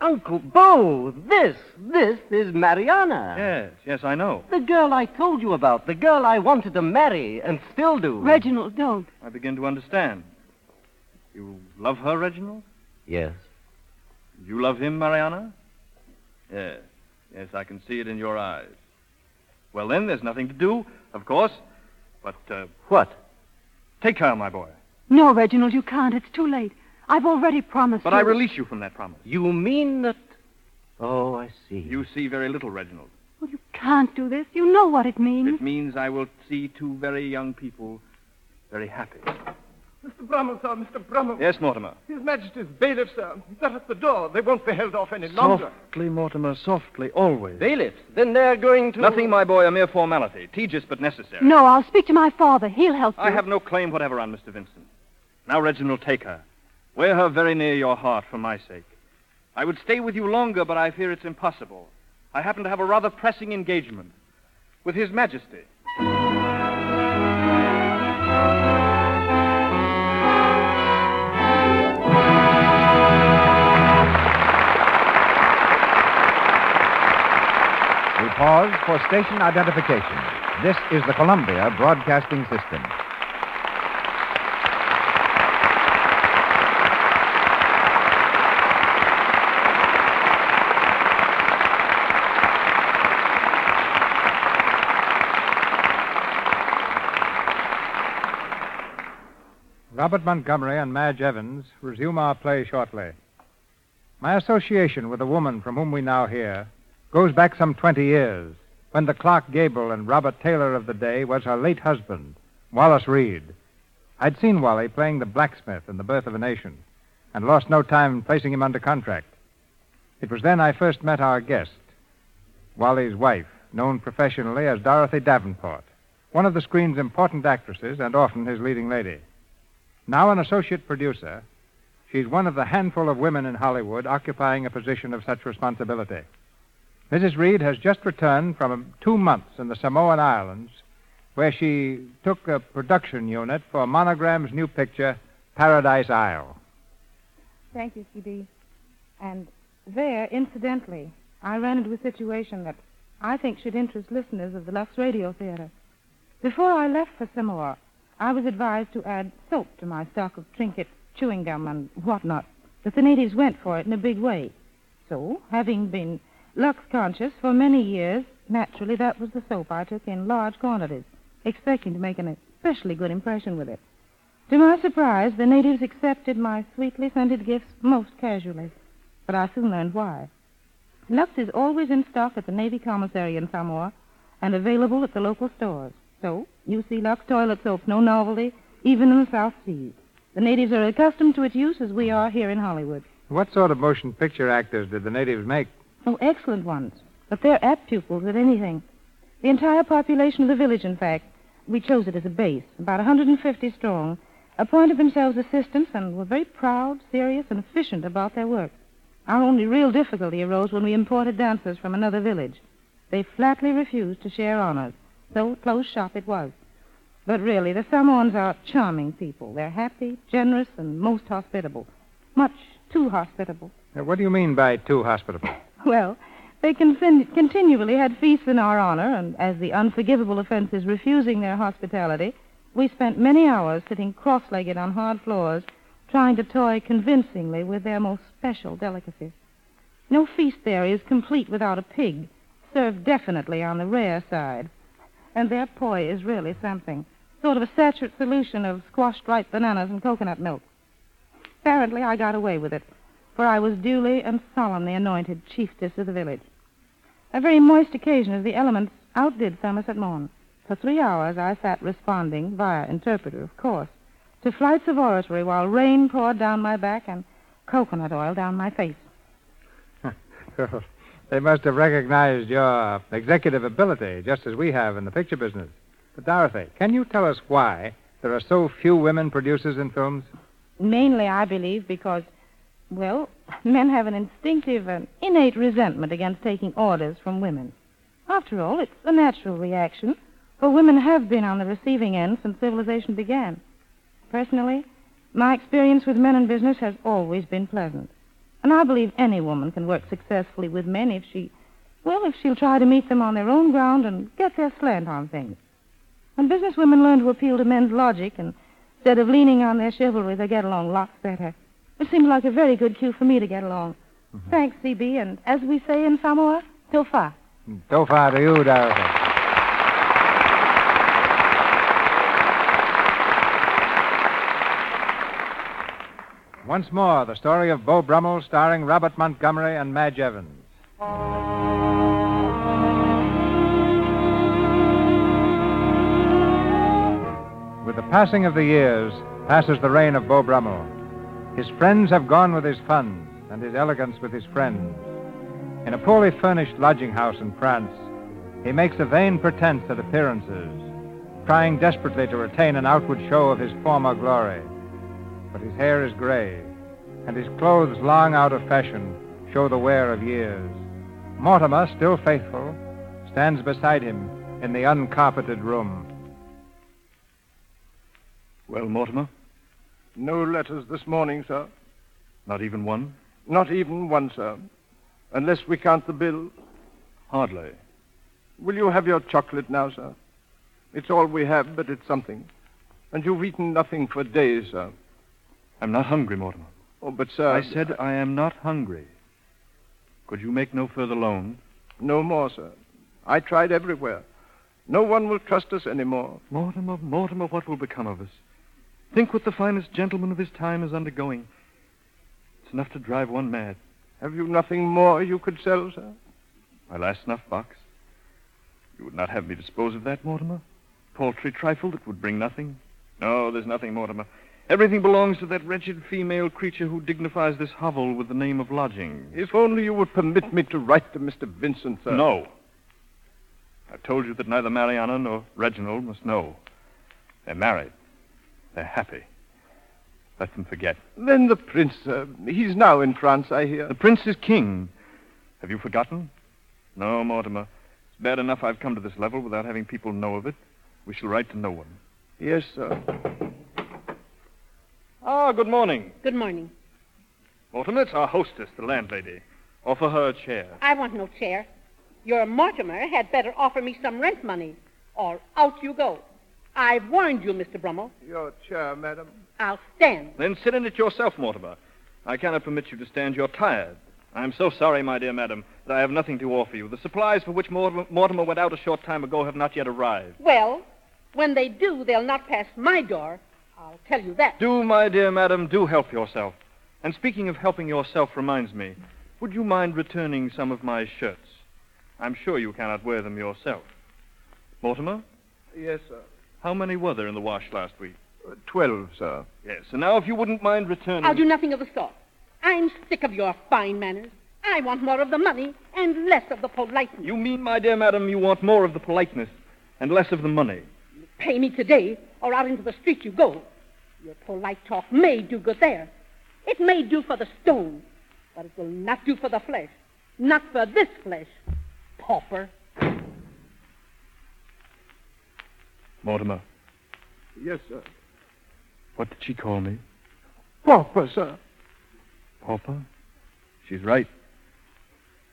Speaker 16: Uncle Bo! This, this is Mariana.
Speaker 5: Yes, yes, I know.
Speaker 16: The girl I told you about, the girl I wanted to marry and still do.
Speaker 8: Reginald, don't.
Speaker 5: I begin to understand. You love her, Reginald?
Speaker 7: Yes.
Speaker 5: You love him, Mariana? Yes. Yes, I can see it in your eyes. Well, then, there's nothing to do, of course. But, uh.
Speaker 7: What?
Speaker 5: Take her, my boy.
Speaker 8: No, Reginald, you can't. It's too late. I've already promised.
Speaker 5: But
Speaker 8: you.
Speaker 5: I release you from that promise.
Speaker 7: You mean that. Oh, I see.
Speaker 5: You see very little, Reginald.
Speaker 8: Can't do this. You know what it means.
Speaker 5: It means I will see two very young people very happy.
Speaker 4: Mr. Brummel, sir, Mr. Brummel.
Speaker 5: Yes, Mortimer.
Speaker 4: His Majesty's bailiffs, sir. They're at the door. They won't be held off any longer.
Speaker 5: Softly, Mortimer, softly, always.
Speaker 16: Bailiffs, then they're going to.
Speaker 5: Nothing, my boy, a mere formality. Tedious but necessary.
Speaker 8: No, I'll speak to my father. He'll help you.
Speaker 5: I have no claim whatever on Mr. Vincent. Now, Reginald, take her. Wear her very near your heart for my sake. I would stay with you longer, but I fear it's impossible. I happen to have a rather pressing engagement with His Majesty.
Speaker 2: We pause for station identification. This is the Columbia Broadcasting System.
Speaker 3: Robert Montgomery and Madge Evans resume our play shortly. My association with the woman from whom we now hear goes back some 20 years, when the Clark Gable and Robert Taylor of the day was her late husband, Wallace Reed. I'd seen Wally playing the blacksmith in The Birth of a Nation, and lost no time in placing him under contract. It was then I first met our guest, Wally's wife, known professionally as Dorothy Davenport, one of the screen's important actresses and often his leading lady. Now an associate producer, she's one of the handful of women in Hollywood occupying a position of such responsibility. Mrs. Reed has just returned from two months in the Samoan Islands, where she took a production unit for Monogram's new picture, Paradise Isle.
Speaker 18: Thank you, C.B. And there, incidentally, I ran into a situation that I think should interest listeners of the Lux Radio Theater. Before I left for Samoa, I was advised to add soap to my stock of trinkets, chewing gum, and whatnot. But the natives went for it in a big way. So, having been Lux conscious for many years, naturally that was the soap I took in large quantities, expecting to make an especially good impression with it. To my surprise, the natives accepted my sweetly scented gifts most casually, but I soon learned why. Lux is always in stock at the Navy Commissary in Samoa and available at the local stores. So, you see Lux toilet soap, no novelty, even in the South Seas. The natives are accustomed to its use as we are here in Hollywood.
Speaker 3: What sort of motion picture actors did the natives make?
Speaker 18: Oh, excellent ones. But they're apt pupils at anything. The entire population of the village, in fact, we chose it as a base, about 150 strong, appointed themselves assistants and were very proud, serious, and efficient about their work. Our only real difficulty arose when we imported dancers from another village. They flatly refused to share honors, so close shop it was. But really, the Samoans are charming people. They're happy, generous, and most hospitable. Much too hospitable.
Speaker 3: Uh, What do you mean by too hospitable?
Speaker 18: Well, they con- continually had feasts in our honor, and as the unforgivable offense is refusing their hospitality, we spent many hours sitting cross legged on hard floors, trying to toy convincingly with their most special delicacies. No feast there is complete without a pig, served definitely on the rare side. And their poi is really something sort of a saturate solution of squashed ripe bananas and coconut milk. Apparently, I got away with it for I was duly and solemnly anointed chiefess of the village. A very moist occasion as the elements outdid Thermoset Morn. For three hours I sat responding, via interpreter, of course, to flights of oratory while rain poured down my back and coconut oil down my face.
Speaker 3: they must have recognized your executive ability, just as we have in the picture business. But, Dorothy, can you tell us why there are so few women producers in films?
Speaker 18: Mainly, I believe, because, well, men have an instinctive and innate resentment against taking orders from women. After all, it's a natural reaction, for women have been on the receiving end since civilization began. Personally, my experience with men in business has always been pleasant. And I believe any woman can work successfully with men if she, well, if she'll try to meet them on their own ground and get their slant on things. When businesswomen learn to appeal to men's logic and instead of leaning on their chivalry, they get along lots better. It seemed like a very good cue for me to get along. Thanks, C.B., and as we say in Samoa, tofa.
Speaker 3: So far to you, Dorothy. Once more, the story of Beau Brummel starring Robert Montgomery and Madge Evans. With the passing of the years, passes the reign of Beau Brummel. His friends have gone with his funds, and his elegance with his friends. In a poorly furnished lodging house in France, he makes a vain pretense at appearances, trying desperately to retain an outward show of his former glory. But his hair is gray, and his clothes long out of fashion show the wear of years. Mortimer, still faithful, stands beside him in the uncarpeted room.
Speaker 4: Well, Mortimer? No letters this morning, sir. Not even one? Not even one, sir. Unless we count the bill. Hardly. Will you have your chocolate now, sir? It's all we have, but it's something. And you've eaten nothing for days, sir.
Speaker 5: I'm not hungry, Mortimer.
Speaker 4: Oh, but, sir.
Speaker 5: I said I am not hungry. Could you make no further loan?
Speaker 4: No more, sir. I tried everywhere. No one will trust us anymore.
Speaker 5: Mortimer, Mortimer, what will become of us? Think what the finest gentleman of his time is undergoing. It's enough to drive one mad.
Speaker 4: Have you nothing more you could sell, sir?
Speaker 5: My last snuff box. You would not have me dispose of that, Mortimer? Paltry trifle that would bring nothing? No, there's nothing, Mortimer. Everything belongs to that wretched female creature who dignifies this hovel with the name of lodging.
Speaker 4: If only you would permit me to write to Mr. Vincent, sir.
Speaker 5: No. I've told you that neither Mariana nor Reginald must know. They're married. They're happy. Let them forget.
Speaker 4: Then the prince, sir. He's now in France, I hear.
Speaker 5: The prince is king. Have you forgotten? No, Mortimer. It's bad enough I've come to this level without having people know of it.
Speaker 4: We shall write to no one. Yes, sir. Ah, good morning.
Speaker 19: Good morning.
Speaker 4: Mortimer, it's our hostess, the landlady. Offer her a chair.
Speaker 19: I want no chair. Your Mortimer had better offer me some rent money, or out you go. I've warned you, Mr. Brummel.
Speaker 4: Your chair, madam.
Speaker 19: I'll stand.
Speaker 5: Then sit in it yourself, Mortimer. I cannot permit you to stand. You're tired. I am so sorry, my dear madam, that I have nothing to offer you. The supplies for which Mort- Mortimer went out a short time ago have not yet arrived.
Speaker 19: Well, when they do, they'll not pass my door. I'll tell you that.
Speaker 5: Do, my dear madam, do help yourself. And speaking of helping yourself reminds me, would you mind returning some of my shirts? I'm sure you cannot wear them yourself. Mortimer,
Speaker 4: Yes, sir.
Speaker 5: how many were there in the wash last week?
Speaker 4: Twelve, sir.
Speaker 5: Yes, and now if you wouldn't mind returning.
Speaker 19: I'll do nothing of the sort. I'm sick of your fine manners. I want more of the money and less of the politeness.
Speaker 5: You mean, my dear madam, you want more of the politeness and less of the money.
Speaker 19: Pay me today, or out into the street you go. Your polite talk may do good there. It may do for the stone, but it will not do for the flesh. Not for this flesh, pauper.
Speaker 5: Mortimer,
Speaker 4: Yes, sir.
Speaker 5: what did she call me?
Speaker 4: Pauper, sir.
Speaker 5: Pauper? She's right.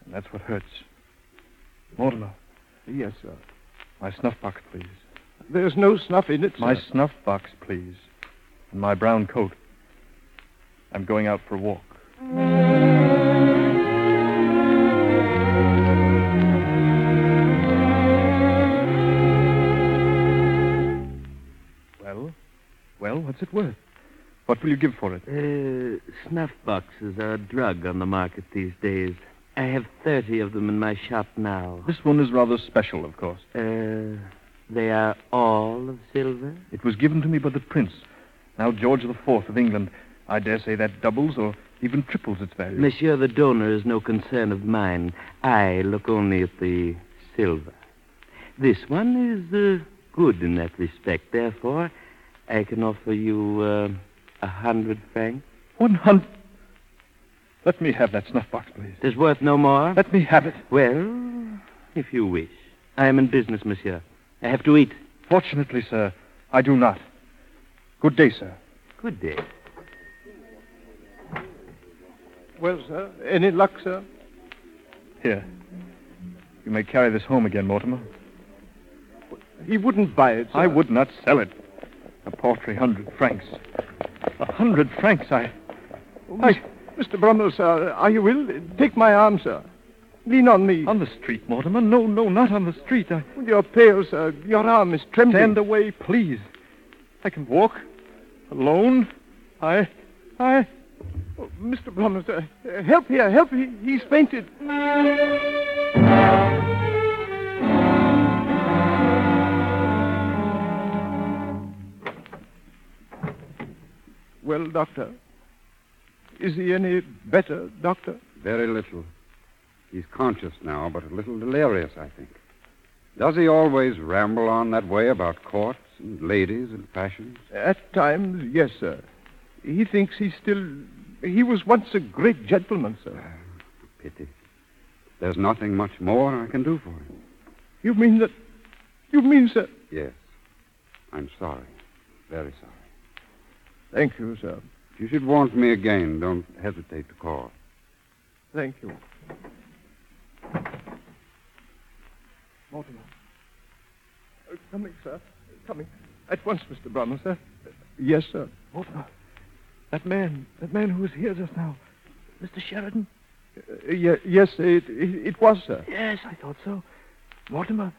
Speaker 5: And that's what hurts. Mortimer,
Speaker 4: Yes, sir.
Speaker 5: my snuff box, please.
Speaker 4: There's no snuff in it,
Speaker 5: My
Speaker 4: sir.
Speaker 5: snuff box, please. And my brown coat. I'm going out for a walk. Well? Well, what's it worth? What will you give for it?
Speaker 20: Uh, snuff boxes are a drug on the market these days. I have 30 of them in my shop now.
Speaker 5: This one is rather special, of course.
Speaker 20: Uh, they are all of silver?
Speaker 5: It was given to me by the prince, now George the Fourth of England. I dare say that doubles or even triples its value.
Speaker 20: Monsieur the donor is no concern of mine. I look only at the silver. This one is uh, good in that respect. Therefore, I can offer you uh, a hundred francs.
Speaker 5: One hundred. Let me have that snuff box, please.
Speaker 20: It is worth no more.
Speaker 5: Let me have it.
Speaker 20: Well, if you wish. I am in business, monsieur. I have to eat.
Speaker 5: Fortunately, sir, I do not. Good day, sir.
Speaker 20: Good day.
Speaker 4: Well, sir. Any luck, sir?
Speaker 5: Here. You may carry this home again, Mortimer.
Speaker 4: He wouldn't buy it, sir.
Speaker 5: I would not sell it. A paltry hundred francs. A hundred francs, I.
Speaker 4: I... Mr. Oh, Brummel, sir, are you ill? Take my arm, sir. Lean on me. Oh,
Speaker 5: On the street, Mortimer? No, no, not on the street. I...
Speaker 4: You're pale, sir. Your arm is trembling.
Speaker 5: Stand away, please. I can walk. Alone. I. I.
Speaker 4: Oh, Mr. Brummel, sir. uh, Help here, help. He, he's fainted. Well, doctor. Is he any better, doctor?
Speaker 21: Very little. He's conscious now, but a little delirious, I think. Does he always ramble on that way about courts and ladies and passions?
Speaker 4: At times, yes, sir. He thinks he's still. He was once a great gentleman, sir.
Speaker 21: Pity. There's nothing much more I can do for him.
Speaker 4: You mean that. You mean, sir.
Speaker 21: Yes. I'm sorry. Very sorry.
Speaker 4: Thank you, sir.
Speaker 21: If you should want me again, don't hesitate to call.
Speaker 4: Thank you. Mortimer. Uh, coming, sir. Coming. At once, Mr. Brummel, sir. Yes, sir.
Speaker 5: Mortimer. That man. That man who was here just now. Mr. Sheridan?
Speaker 4: Uh, ye- yes, it, it, it was, sir.
Speaker 5: Yes, I thought so. Mortimer.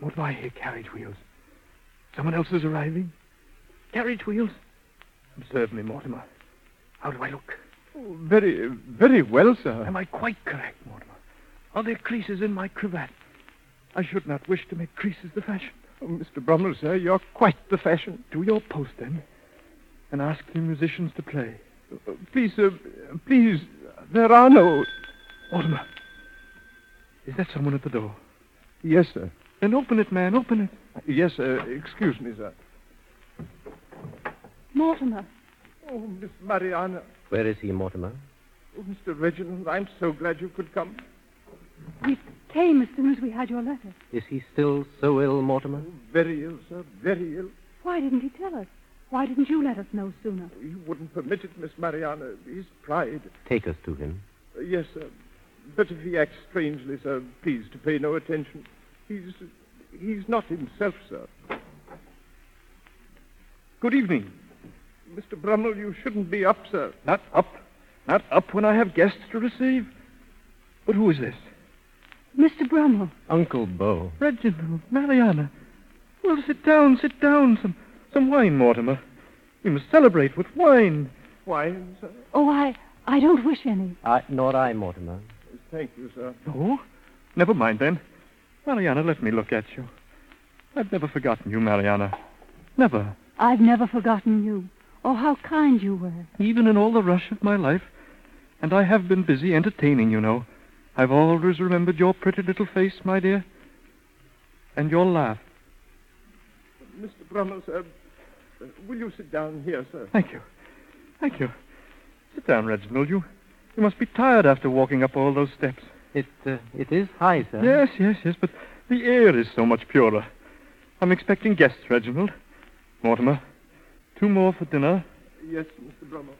Speaker 5: Mortimer, I hear carriage wheels. Someone else is arriving. Carriage wheels. Observe me, Mortimer. How do I look?
Speaker 4: Oh, very, very well, sir.
Speaker 5: Am I quite correct, Mortimer? Are there creases in my cravat? I should not wish to make creases the fashion.
Speaker 4: Oh, Mr. Brummel, sir, you're quite the fashion.
Speaker 5: Do your post, then, and ask the musicians to play.
Speaker 4: Uh, Please, sir, uh, please, there are no.
Speaker 5: Mortimer, is that someone at the door?
Speaker 4: Yes, sir.
Speaker 5: Then open it, man, open it.
Speaker 4: Yes, sir. Excuse me, sir.
Speaker 8: Mortimer.
Speaker 4: Oh, Miss Mariana.
Speaker 20: Where is he, Mortimer?
Speaker 4: Oh, Mr. Reginald, I'm so glad you could come.
Speaker 8: We've came as soon as we had your letter.
Speaker 7: Is he still so ill, Mortimer?
Speaker 4: Oh, Very ill, sir, very ill.
Speaker 8: Why didn't he tell us? Why didn't you let us know sooner?
Speaker 4: He wouldn't permit it, Miss Mariana. His pride.
Speaker 7: Take us to him.
Speaker 4: Uh, yes, sir. But if he acts strangely, sir, please to pay no attention. He's he's not himself, sir. Good evening. Mr. Brummel, you shouldn't be up, sir.
Speaker 5: Not up. Not up when I have guests to receive. But who is this?
Speaker 8: Mr. Brummel.
Speaker 7: Uncle Bo.
Speaker 4: Reginald, Mariana. Well, sit down, sit down. Some, some wine, Mortimer. We must celebrate with wine. Wine, sir?
Speaker 8: Oh, I, I don't wish any.
Speaker 7: I, nor I, Mortimer.
Speaker 4: Thank you, sir.
Speaker 5: No? Never mind then. Mariana, let me look at you. I've never forgotten you, Mariana. Never.
Speaker 8: I've never forgotten you. Oh, how kind you were.
Speaker 5: Even in all the rush of my life. And I have been busy entertaining, you know. I've always remembered your pretty little face, my dear. And your laugh.
Speaker 4: Mr. Brummel, sir, uh, will you sit down here, sir?
Speaker 5: Thank you. Thank you. Sit down, Reginald. You, you must be tired after walking up all those steps.
Speaker 7: It, uh, it is high, sir.
Speaker 5: Yes, yes, yes, but the air is so much purer. I'm expecting guests, Reginald. Mortimer, two more for dinner.
Speaker 4: Yes, Mr. Brummel.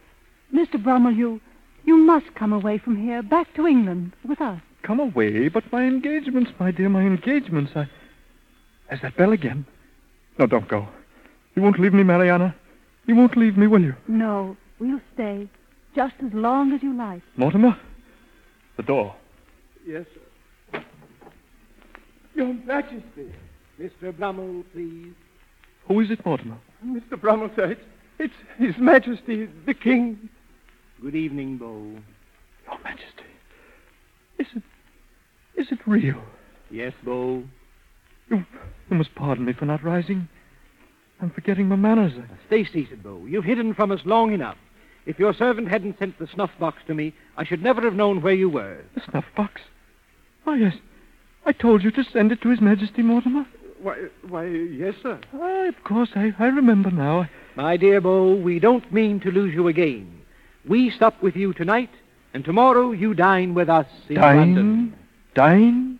Speaker 8: Mr. Brummel, you, you must come away from here, back to England, with us.
Speaker 5: Come away, but my engagements, my dear, my engagements. I. There's that bell again. No, don't go. You won't leave me, Mariana. You won't leave me, will you?
Speaker 8: No, we'll stay just as long as you like.
Speaker 5: Mortimer? The door.
Speaker 4: Yes, sir.
Speaker 16: Your Majesty. Mr. Brummel, please.
Speaker 5: Who is it, Mortimer?
Speaker 16: Mr. Brummel, sir, it's, it's His Majesty, the King. Good evening, Bo.
Speaker 5: Your Majesty. Is it. Is it real?
Speaker 16: Yes, Bo.
Speaker 5: You, you must pardon me for not rising. I'm forgetting my manners.
Speaker 16: Stay seated, Bo. You've hidden from us long enough. If your servant hadn't sent the snuff box to me, I should never have known where you were.
Speaker 5: The snuff box? Oh, yes. I told you to send it to His Majesty, Mortimer.
Speaker 16: Why, why, yes, sir.
Speaker 5: Ah, of course, I, I remember now.
Speaker 16: My dear Bo, we don't mean to lose you again. We sup with you tonight, and tomorrow you dine with us in
Speaker 5: Dine?
Speaker 16: London.
Speaker 5: Dine?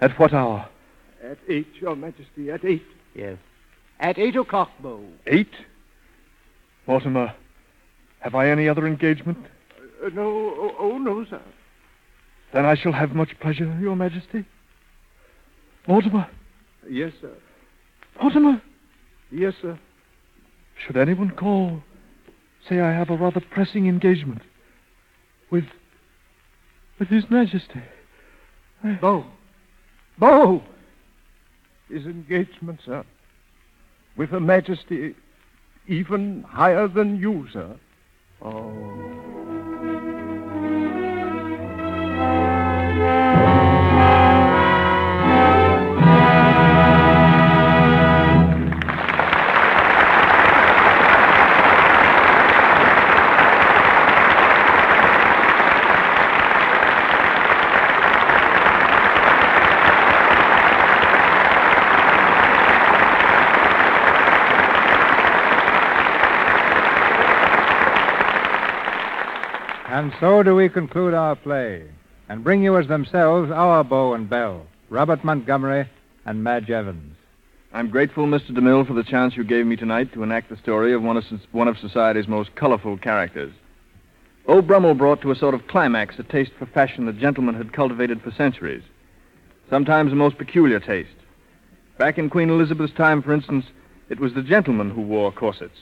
Speaker 5: At what hour?
Speaker 16: At eight, Your Majesty, at eight.
Speaker 5: Yes.
Speaker 16: At eight o'clock, Bo.
Speaker 5: Eight? Mortimer, have I any other engagement?
Speaker 16: Uh, no, oh, oh, no, sir.
Speaker 5: Then I shall have much pleasure, Your Majesty. Mortimer,
Speaker 16: Yes, sir.
Speaker 5: Mortimer,
Speaker 16: Yes, sir.
Speaker 5: should anyone call, say I have a rather pressing engagement with. with His Majesty.
Speaker 16: Bo.
Speaker 4: Bo! His engagement, sir. With Her Majesty, even higher than you, sir. Oh.
Speaker 3: And so do we conclude our play and bring you as themselves our Beau and Bell, Robert Montgomery and Madge Evans.
Speaker 22: I'm grateful, Mr. DeMille, for the chance you gave me tonight to enact the story of one of, soc- one of society's most colorful characters. O. Brummel brought to a sort of climax a taste for fashion that gentlemen had cultivated for centuries, sometimes a most peculiar taste. Back in Queen Elizabeth's time, for instance, it was the gentleman who wore corsets,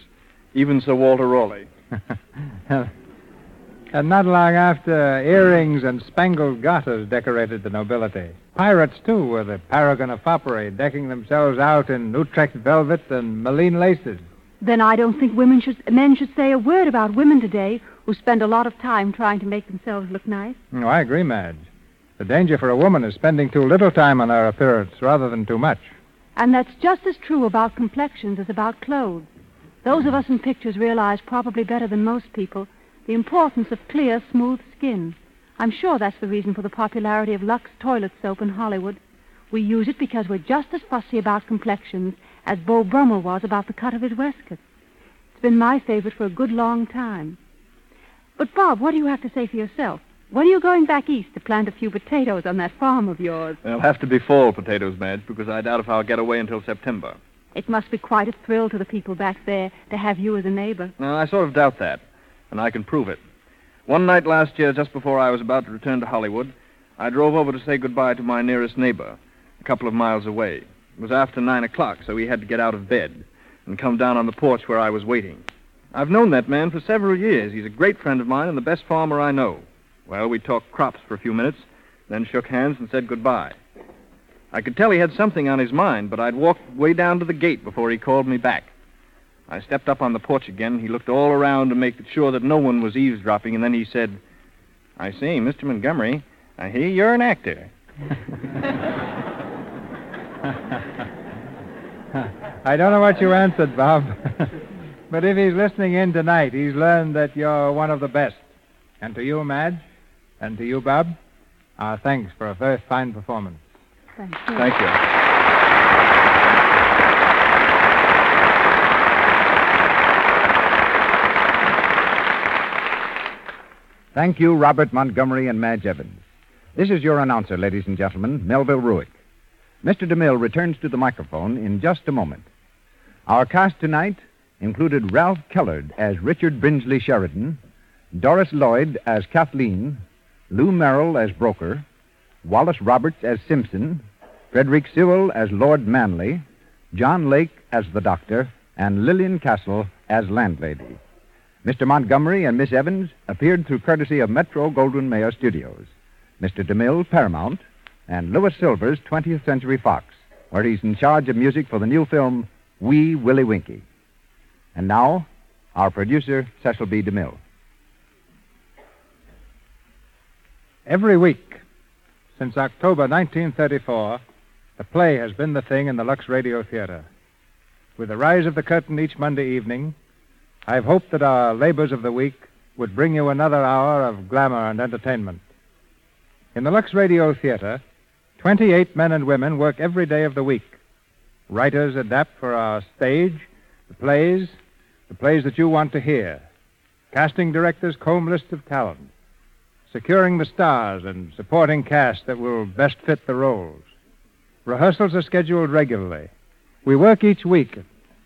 Speaker 22: even Sir Walter Raleigh.
Speaker 3: And not long after, earrings and spangled garters decorated the nobility. Pirates, too, were the paragon of foppery, decking themselves out in Utrecht velvet and Malines laces.
Speaker 8: Then I don't think women should, men should say a word about women today who spend a lot of time trying to make themselves look nice.
Speaker 3: No, Oh, I agree, Madge. The danger for a woman is spending too little time on her appearance rather than too much.
Speaker 8: And that's just as true about complexions as about clothes. Those of us in pictures realize probably better than most people the importance of clear, smooth skin. I'm sure that's the reason for the popularity of Lux toilet soap in Hollywood. We use it because we're just as fussy about complexions as Beau Brummel was about the cut of his waistcoat. It's been my favorite for a good long time. But, Bob, what do you have to say for yourself? When are you going back east to plant a few potatoes on that farm of yours?
Speaker 9: They'll have to be fall potatoes, Madge, because I doubt if I'll get away until September.
Speaker 8: It must be quite a thrill to the people back there to have you as a neighbor.
Speaker 9: Now, I sort of doubt that, and I can prove it. One night last year, just before I was about to return to Hollywood, I drove over to say goodbye to my nearest neighbor, a couple of miles away. It was after nine o'clock, so he had to get out of bed and come down on the porch where I was waiting. I've known that man for several years. He's a great friend of mine and the best farmer I know. Well, we talked crops for a few minutes, then shook hands and said goodbye. I could tell he had something on his mind, but I'd walked way down to the gate before he called me back. I stepped up on the porch again. and He looked all around to make sure that no one was eavesdropping, and then he said, I see, Mr. Montgomery, I hear you're an actor.
Speaker 3: I don't know what you answered, Bob. but if he's listening in tonight, he's learned that you're one of the best. And to you, Madge, and to you, Bob, our thanks for a very fine performance.
Speaker 8: Thank
Speaker 3: you. Thank you.
Speaker 2: Thank you, Robert Montgomery and Madge Evans. This is your announcer, ladies and gentlemen, Melville Ruick. Mr. DeMille returns to the microphone in just a moment. Our cast tonight included Ralph Kellard as Richard Brinsley Sheridan, Doris Lloyd as Kathleen, Lou Merrill as Broker, Wallace Roberts as Simpson, Frederick Sewell as Lord Manley, John Lake as the Doctor, and Lillian Castle as Landlady. Mr. Montgomery and Miss Evans appeared through courtesy of Metro Goldwyn Mayer Studios, Mr. DeMille Paramount, and Louis Silver's 20th Century Fox, where he's in charge of music for the new film Wee Willie Winkie. And now, our producer, Cecil B. DeMille.
Speaker 3: Every week since October 1934, the play has been the thing in the Lux Radio Theater. With the rise of the curtain each Monday evening, I've hoped that our labors of the week would bring you another hour of glamour and entertainment. In the Lux Radio Theater, 28 men and women work every day of the week. Writers adapt for our stage the plays, the plays that you want to hear. Casting directors comb lists of talent securing the stars and supporting cast that will best fit the roles. Rehearsals are scheduled regularly. We work each week,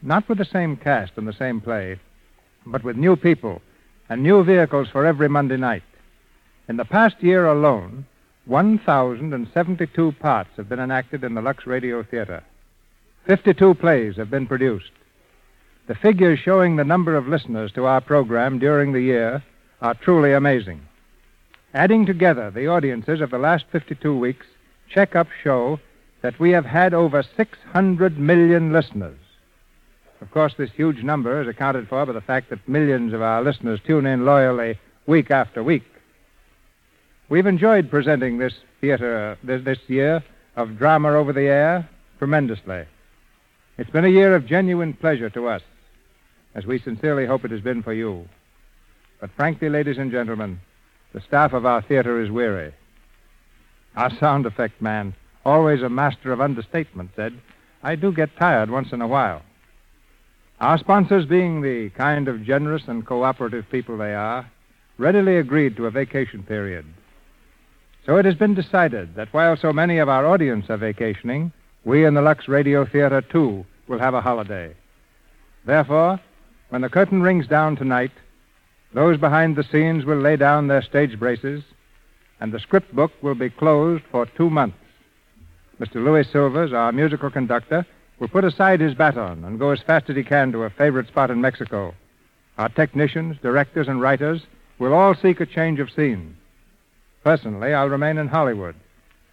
Speaker 3: not with the same cast and the same play, but with new people and new vehicles for every Monday night. In the past year alone, 1,072 parts have been enacted in the Lux Radio Theater. 52 plays have been produced. The figures showing the number of listeners to our program during the year are truly amazing. Adding together the audiences of the last 52 weeks, checkups show that we have had over 600 million listeners. Of course, this huge number is accounted for by the fact that millions of our listeners tune in loyally week after week. We've enjoyed presenting this theater this, this year of drama over the air tremendously. It's been a year of genuine pleasure to us, as we sincerely hope it has been for you. But frankly, ladies and gentlemen, the staff of our theater is weary. Our sound effect man, always a master of understatement, said, I do get tired once in a while. Our sponsors, being the kind of generous and cooperative people they are, readily agreed to a vacation period. So it has been decided that while so many of our audience are vacationing, we in the Lux Radio Theater, too, will have a holiday. Therefore, when the curtain rings down tonight, those behind the scenes will lay down their stage braces, and the script book will be closed for two months. Mr. Louis Silvers, our musical conductor, will put aside his baton and go as fast as he can to a favorite spot in Mexico. Our technicians, directors, and writers will all seek a change of scene. Personally, I'll remain in Hollywood,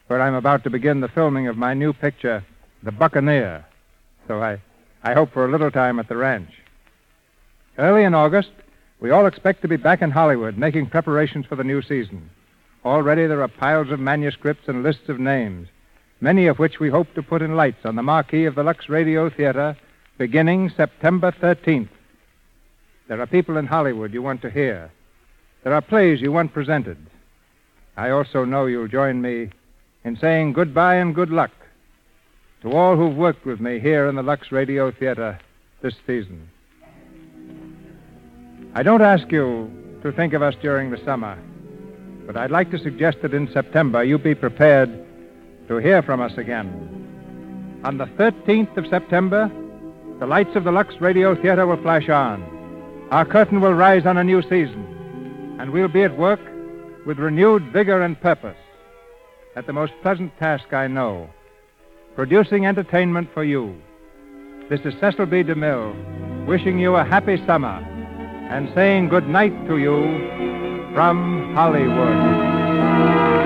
Speaker 3: where I'm about to begin the filming of my new picture, The Buccaneer. So I, I hope for a little time at the ranch. Early in August, we all expect to be back in Hollywood making preparations for the new season. Already there are piles of manuscripts and lists of names, many of which we hope to put in lights on the marquee of the Lux Radio Theater beginning September 13th. There are people in Hollywood you want to hear. There are plays you want presented. I also know you'll join me in saying goodbye and good luck to all who've worked with me here in the Lux Radio Theater this season. I don't ask you to think of us during the summer. But I'd like to suggest that in September you be prepared to hear from us again. On the 13th of September, the lights of the Lux Radio Theater will flash on. Our curtain will rise on a new season, and we'll be at work with renewed vigor and purpose at the most pleasant task I know producing entertainment for you. This is Cecil B. DeMille wishing you a happy summer and saying good night to you from Hollywood.